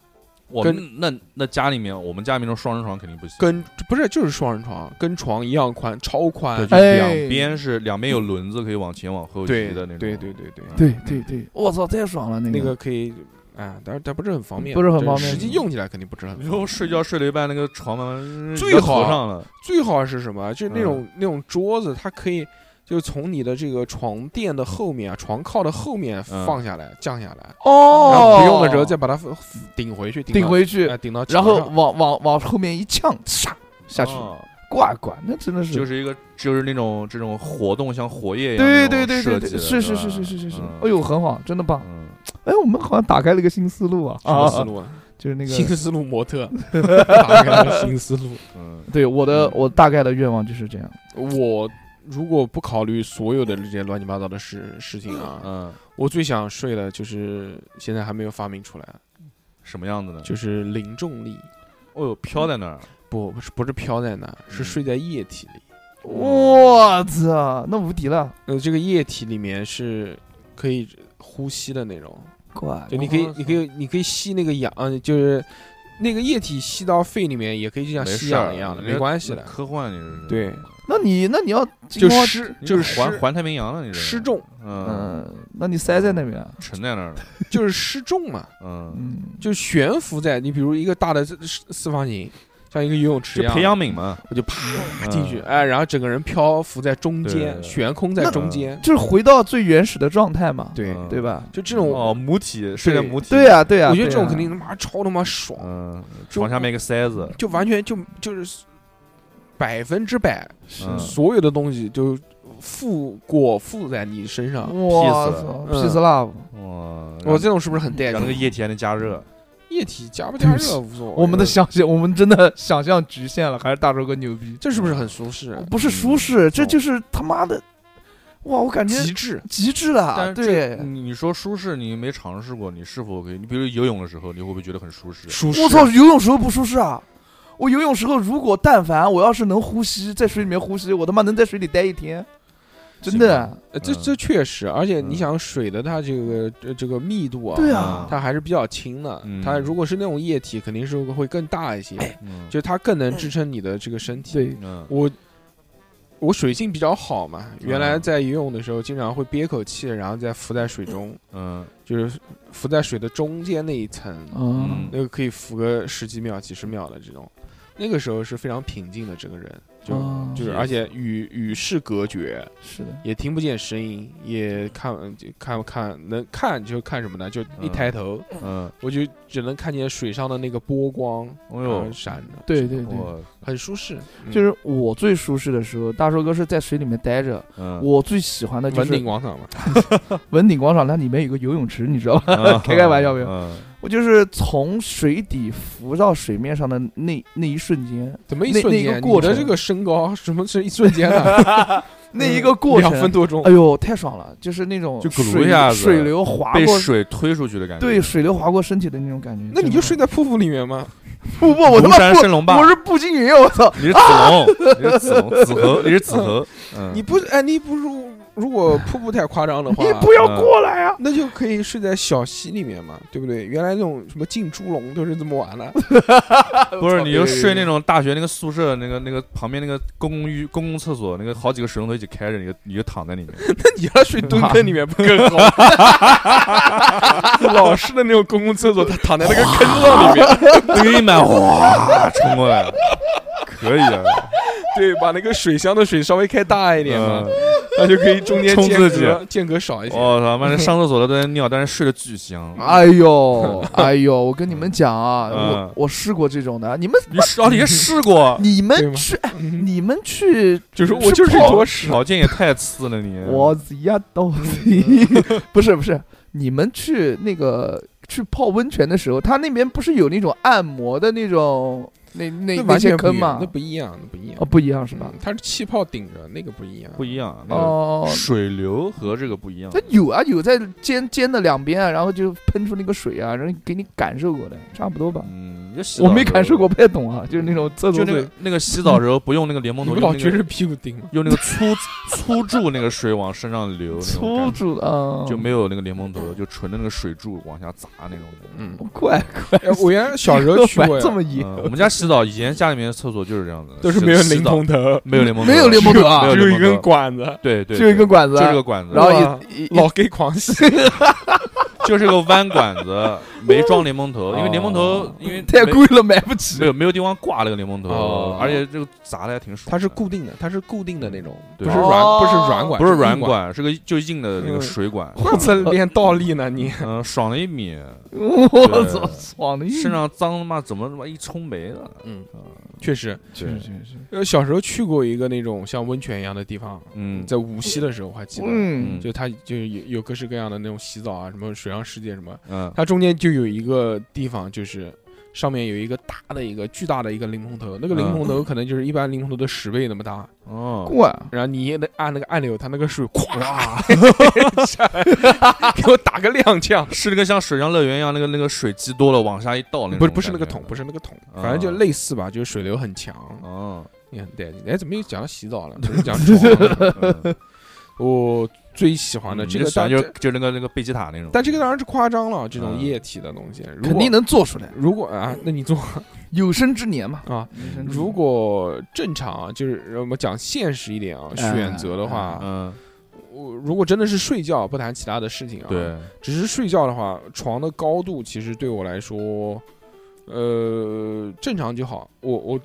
我们那那家里面，我们家里面那种双人床肯定不行，跟不是就是双人床，啊跟床一样宽，超宽对，。就是两哎边是两边有轮子可以往前往后对移的那种，嗯对对对对，对对对，我操，太爽了那那个。可以啊，但是但不是很方便，不是很就方便实际用起来肯定不是很你方说便。我睡觉睡了一半，那个床慢啊慢最移到头好上了，最好是什么？嗯就是那种那种桌子，它可以就是从你的这个床垫的后面啊，床靠的后面嗯放下来，降下来，然哦后，不用的时候再把它顶回去，顶到回去哎，顶到然墙上，后啊往往往后面一呛，唰下去哦挂一挂，那真的是就是一个就是那种这种活动像火焰一样对那对对种对设对计对，的，是是吧是是是是是，哎嗯呦，很好，真的棒！嗯哎，我们好像打开了一个新思路啊，什么思啊，路啊？就是那新个，思路模 特，打开了新思路。嗯对我的嗯我大概的愿望就是这样。我如果不考虑所有的这些乱七八糟的事事情啊，嗯，我最想睡的就是现在还没有发明出来，什么样子呢？就是零重力。哦哟，飘在那儿，不，不是不是飘在那儿，是嗯睡在液体里。我操，那无敌了！呃，这个液体里面是可以呼吸的那种，怪就你可以哦，你可以，你可以吸那个氧，呃就是那个液体吸到肺里面，也可以就像没吸事儿啊氧一样的，你这没关系那的。科幻你这是对，那你那你要就金光失你这就是环失环太平洋了，你这失重，嗯，嗯，那你塞在那边啊，沉在那儿了，就是失重嘛，嗯，嗯，就悬浮在你比如一个大的四四方形，像一个游泳池就一样，培养皿嘛，我就啪嗯进去，哎，然后整个人漂浮在中对间，悬空在那中间，就是回到最原始的状态嘛，对，嗯对吧？就这种，哦，母体睡在母体，对，啊呀，对呀，我觉得这种对呀肯定他妈超他妈爽，嗯，床下面一个塞子，就完全就就是百分之百，嗯所有的东西就附裹附在你身上。我 peace 操嗯，peace love。哇，我这种是不是很带让那个劲？液体还能加热，液体加不加嗯对不热起无所谓。我们的想象，我们真的想象局限了，还是大周哥牛逼？这是不是很舒适？不是舒适，这就是他妈的，哇！我感觉极致，极致了，但是这对，你你说舒适，你没尝试过，你是否可以？你比如游泳的时候，你会不会觉得很舒适？舒适。我操，游泳时候不啊舒适啊！我游泳时候如果但凡我要是能呼吸，在水里面呼吸，我他妈能在水里待一天，真的。呃，这嗯这确实，而且你嗯想水的它这个呃这个密度啊，对啊啊，它还是比较轻的。嗯它如果是那种液体，肯定是会更大一些， 啊嗯，就它更能支撑你的这个身体。对，嗯，我我水性比较好嘛，原来在游泳的时候经常会憋口气，然后再浮在水中，嗯，就是浮在水的中间那一层，嗯，那个可以浮个十几秒、几十秒的这种。那个时候是非常平静的，整个人就、哦就是，而且与与世隔绝，是的，也听不见声音，也看就看看能看就看什么呢？就一嗯抬头，嗯，我就只能看见水上的那个波光，哎然啊后呦，闪着，对对对，我，很舒适，嗯就是我最舒适的时候，大寿哥是在水里面待着。嗯，我最喜欢的就文是鼎广场嘛。文鼎广场，它里面有个游泳池，你知道吧？ 嗯开开玩笑没有嗯我就是从水底浮到水面上的那那一瞬间，怎么一那瞬那一间？个过你的程这个身高，什么是一瞬间的？ 那一个过两分程，多钟哎，呦，太爽了！就是那种就咕噜水一下子水流划被过，水推出去的感觉，对，水流划过身体的那种感觉。那你就睡在在瀑布里面吗？瀑布，我他庐山妈升龙不，霸我，是啊步惊云，我操！你是子龙，你是子龙，子猴，你是子猴， 嗯，你不哎，你不如如果瀑布太夸张的话，嗯你不要过来啊！那就可以睡在小溪里面嘛，对不对？原来那种什么进猪笼都是这么玩的，不是，你就睡那种种大学那个宿舍那个那个旁边那个公共浴公共厕所那个好几个水龙头一起开着，你就你就躺 在里面，那你要睡蹲坑里面不更好？ 老式的那种公共厕所，他躺在那个坑道里面，堆满哗冲过来，可以啊，对，把那个水箱的水稍微开大一点嘛嗯，，那就可以中间冲间自己隔间隔少一些。我操，妈的上厕所都在尿，但是睡得巨香。哎 呦，哎呦，我跟你们讲啊，我嗯我试过这种的，啊你们你试哦，你还试过？ 你对们吗去，哎嗯你们去，就是我就是一跑坨屎，条件也太次了，嗯你我呀都 不是不是，你们去那个去泡温泉的时候，他那边不是有那种按摩的那种那那那那完些全不坑一样，吗那？不一样，那不一样哦，。不一样是吧嗯？？它是气泡顶着，那个不一样。不一样，嗯那个哦，水流和这个不一样它。有啊，有在尖尖的两边啊，然后就喷出那个水啊，然后给你感受过的，差不多吧。嗯，就洗澡我的没时候感受过，，不太懂啊，就是那种厕就所那水个，那个洗澡 时候不用那个莲蓬你头，们老用觉那着个屁股顶吗？用那个粗 粗柱那个水往身上流，那种粗感觉住的啊，嗯就没有那个莲蓬头，就纯的那个水柱往下砸那种的。嗯，怪 哎我原来小时候去过这呀，么野，嗯我们家洗澡以前家里面的厕所就是这样子的， 都是洗没有洗淋澡桶头，没有莲蓬头，没有莲蓬头啊没有只有一莲蓬根头管子，对对，就一对根管子就啊，这个管子，然后哇一一老 gay 狂喜。就是个弯管 子，没装莲蓬头，因为莲蓬头因为太没贵了，买不起 没。有没有地方挂那个莲蓬头哦，而且这个砸的还挺爽。 它是固定的，它是固定的那种，不嗯对啊是软，哦不是软管，不是硬软管。管，是个就硬的那个嗯水管。我 操，练倒立呢你？嗯，爽了一米，我操，爽的一身上脏他妈怎么他妈一冲没了。啊嗯， 确实，去对去去，呃，小时候去过一个那种像温泉一样的地方，嗯，在无锡的时候我还记得，嗯嗯就它就有有各式各样的那种洗澡啊，什么水上世界什么，嗯它中间就有一个地方，就是上面有一个大的一个巨大的一个淋棚头，那个淋嗯棚头可能就是一般淋棚头的十倍那么大，哦，过啊，然后你也得按那个按钮，它那个水哗下来， 给我打个踉跄。是那个像水上乐园一样，那个那个水积多了往下一倒那种，不是不是那个桶，不是那个桶，啊反正就类似吧，就是水流很强， 哦，也很带劲。哎，怎么又讲到洗澡了？ 不是讲床了嗯我最喜欢的你嗯这个，喜欢但就就那个那个贝吉塔那种，但这个当然是夸张了，这种嗯液体的东西肯定的。能做出来。如果啊，那你做有生之年嘛，啊，有嗯生之年如果正常啊就是我们讲现实一点啊，哎选择的话，嗯，我如果真的是睡觉，不谈其他的事情啊，对，只是睡觉的话，床的高度其实对我来说，呃，正常就好。我我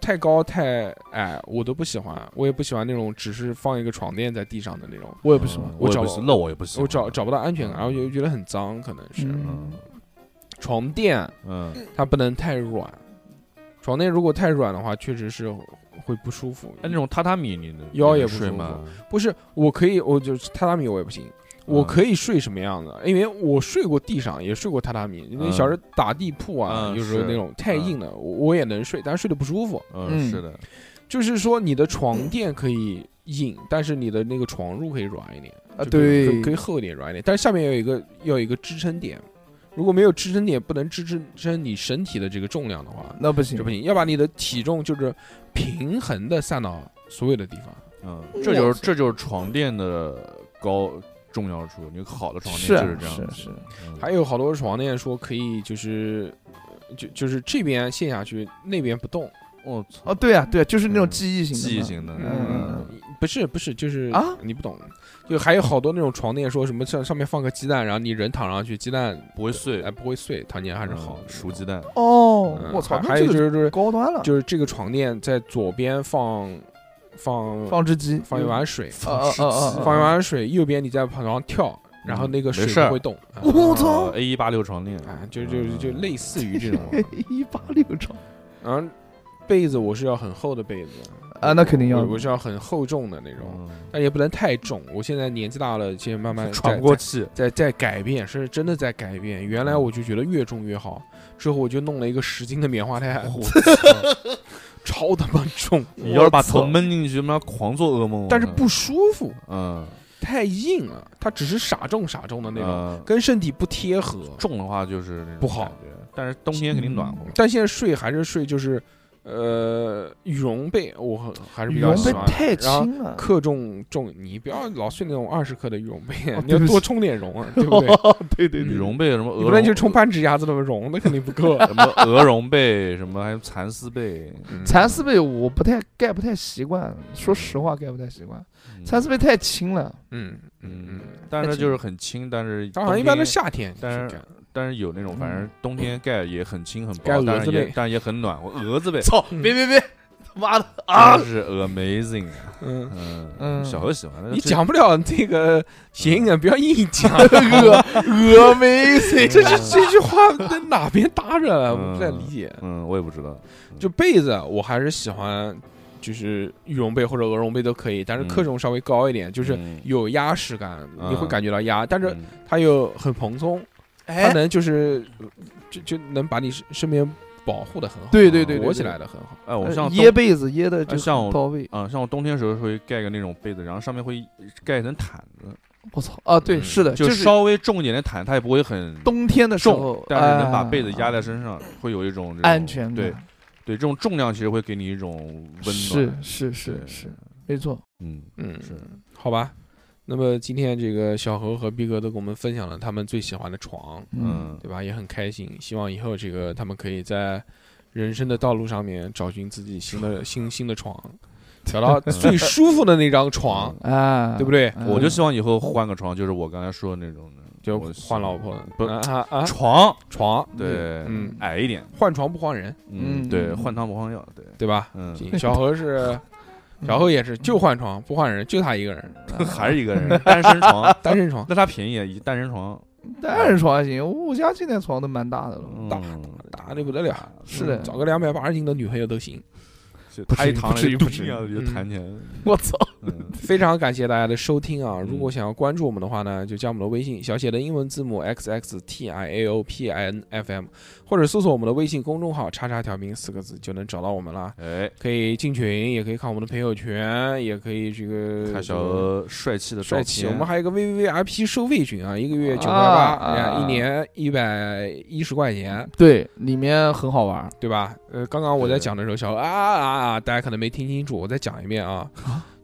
太高太矮我都不喜欢，我也不喜欢那种只是放一个床垫在地上的那种，我也不喜欢嗯，我我也找不喜那我也不喜欢，我找找不到安全感，嗯然后又觉得很脏，可能是、嗯床垫嗯，它不能太软，床垫如果太软的话，确实是会不舒服。那那种榻榻米你能腰也不睡舒服吗？不是，我可以，我就是榻榻米我也不行。我嗯可以睡什么样子？因为我睡过地上，也睡过榻榻米。因为嗯小时候打地铺啊，嗯有时候是那种太硬了，我我也能睡，但是睡得不舒服。嗯，嗯是的，就是说，你的床垫可以硬，但是你的那个床褥可以软一点啊就可以可以对可以厚一点，软一点。但是下面有一个要有一个支撑点，如果没有支撑点，不能支撑支撑你身体的这个重量的嗯话，那不行这不行。要把你的体重就是平衡的散到所有的地方。嗯，这就是这就是床垫的高重要处，你好的床垫是就是这样子是的，是嗯啊还有好多床垫说可以就是呃就就是这边陷下去，那边不动，我操，哦，对啊，对啊，就是那嗯种记忆型的嘛，记忆型的，嗯嗯呃不是不是就是啊你不懂，就还有好多那种床垫说什么上上面放个鸡蛋，然后你人躺上去，鸡蛋不会碎哎，不会碎，躺进去还是好嗯的熟鸡。蛋，哦嗯，我操，还那还有这就个是就是高端了，就是这个床垫在左边放放放只鸡，放一碗水，啊啊啊啊 啊放一碗水，右边你在床上跳，然嗯后那个没水事儿不会动。啊我操嗯，A 一八六床垫啊，就就就类似于这种 一八六床然后被子我是要很厚的被子啊，那肯定要我我是要很厚重的那种，嗯但也不能太重。我现在年纪大了，现在慢慢喘在不过气，在在改变，是真的在改变。原来我就觉得越重越好，之后我就弄了一个十斤的棉花我胎，操超他妈重，你要是把头闷进去，妈狂做噩梦。但是我操不舒服，嗯太硬了，它只是傻重傻重的 那种，呃跟身体不贴合。重的话就是那种不好感觉，但是冬天肯定暖和。但现在睡还是睡，就是呃羽绒被，我很还是比羽较绒喜被欢。太然后轻了， 克重重，你不要老睡那种二十克的羽绒被，哦你要对不起多充点绒啊，对不对？哦对对羽对，绒被什么你鹅不能绒就充半指甲子的绒，那肯定不够。什么鹅绒被，什么还有蚕丝被，蚕丝被我不太盖不太习惯，说实话盖不太习惯，嗯蚕丝被太轻了，嗯嗯嗯嗯，，但是它就是很轻，但是它好像一般冬都天夏天去但干，是但是有那种，反正冬天盖也很轻很盖薄，蛾但是子也被但是也很暖和。蛾子被操，嗯别别别，他妈的啊真！的是 amazing，啊嗯，嗯嗯小何喜欢的，你讲不了这个谐音梗，不要硬讲。鹅鹅没谁， 这这这句话在哪边搭着了？我不太嗯理解。嗯，我也不知道，就被子，我还是喜欢，就是羽绒被或者鹅绒被都可以，但是克嗯重稍微高一点，就是嗯有压实感，你会嗯感觉到压，但是嗯它又很蓬松，它哎，能就是就就能把你身身边保护的很好，对对对对裹对起来的很好。哎，我像呃掖被子掖的就呃像很我到位，啊，像我冬天时候会盖个那种被子，然后上面会盖一层毯子，我操啊！对，嗯是的，就是稍微重一点的毯，它也不会很冬天的时重候，，但是能把被子啊压在身上，会有一种这种安全感对对，这种重量其实会给你一种温暖。是是对是是，没错。嗯，嗯，是好吧。那么今天这个小何和逼哥都跟我们分享了他们最喜欢的床，嗯，对吧？也很开心，希望以后这个他们可以在人生的道路上面找寻自己新 的新新的床，找到最舒服的那张床，啊，对不对？嗯？我就希望以后换个床，就是我刚才说的那种的，就我换老婆不啊啊啊床，床，对，嗯，矮一点，换床不换人，嗯，嗯对，换汤不换药，对，对吧？嗯，行小何是嗯小何也是就换床不换人，就他一个人，还是一个人，单身床， 单身床。那它便宜，啊一单人床，单人床还行，我家现在床都蛮大的了。嗯大大的不得了，啊是的嗯找个两百八十斤的女朋友都行。就不他一至于躺不那至就于不咚至一于下子就嗯弹起来了。我操， 嗯，非常感谢大家的收听啊！嗯如果想要关注我们的话呢，就加我们的微信，小写的英文字母 x x t i a o p i n f m，或者搜索我们的微信公众号“叉叉调频”四个字就能找到我们啦。哎，可以进群，也可以看我们的朋友圈，也可以这个呃看小鹅帅气的照帅气。片我们还有一个 VVIP 收费群啊，一个月九块啊八，哎一年一百一十块钱，对，里面很好玩儿，对吧？呃，刚刚我在对讲的时候，小鹅啊啊啊，大家可能没听清楚，我再讲一遍啊，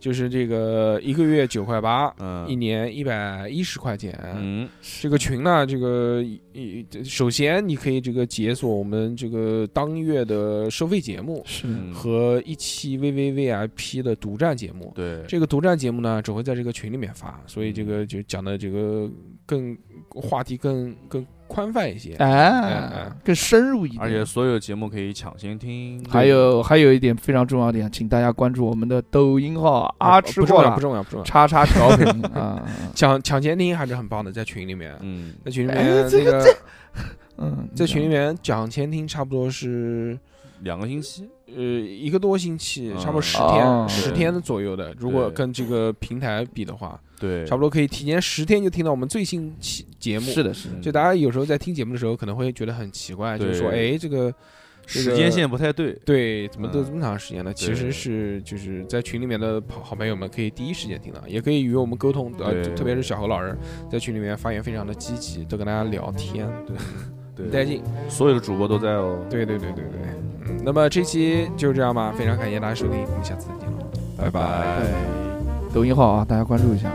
就是这个一个月九块八，嗯一年一百一十块钱。嗯这个群呢，这个一首先你可以这个解锁我们这个当月的收费节目是嗯和一期 VVVIP 的独占节目。嗯对这个独占节目呢，只会在这个群里面发，所以这个就讲的这个更话题更更宽泛一些。哎哎，更深入一点，而且所有节目可以抢先听，还有还有一点非常重要的点，请大家关注我们的抖音号啊，吃哎不重过要，了不，重要，不重要。叉叉调频啊，抢抢先听还是很棒的，在群里面，嗯，在群里哎面这那个个嗯，在群里面讲先听，差不多是两个星期，呃一个多星期，嗯差不多十哦天，十对天的左右的。如果对跟这个平台比的话，对，差不多可以提前十天就听到我们最新期节目。是的，是的，嗯就大家有时候在听节目的时候，可能会觉得很奇怪，就是说，对哎，这个这时个间线不太对，对，怎么都嗯这么长时间了？其对实是就是在群里面的好好朋友们可以第一时间听到，也可以与我们沟通，呃，对特别是小何老人在群里面发言非常的积极，都跟大家聊天，对，对，带劲，所有的主播都在哦，对对对对对，嗯，那么这期就这样吧，非常感谢大家收听，我们下次再见了，拜拜拜。哎，抖音号啊，大家关注一下。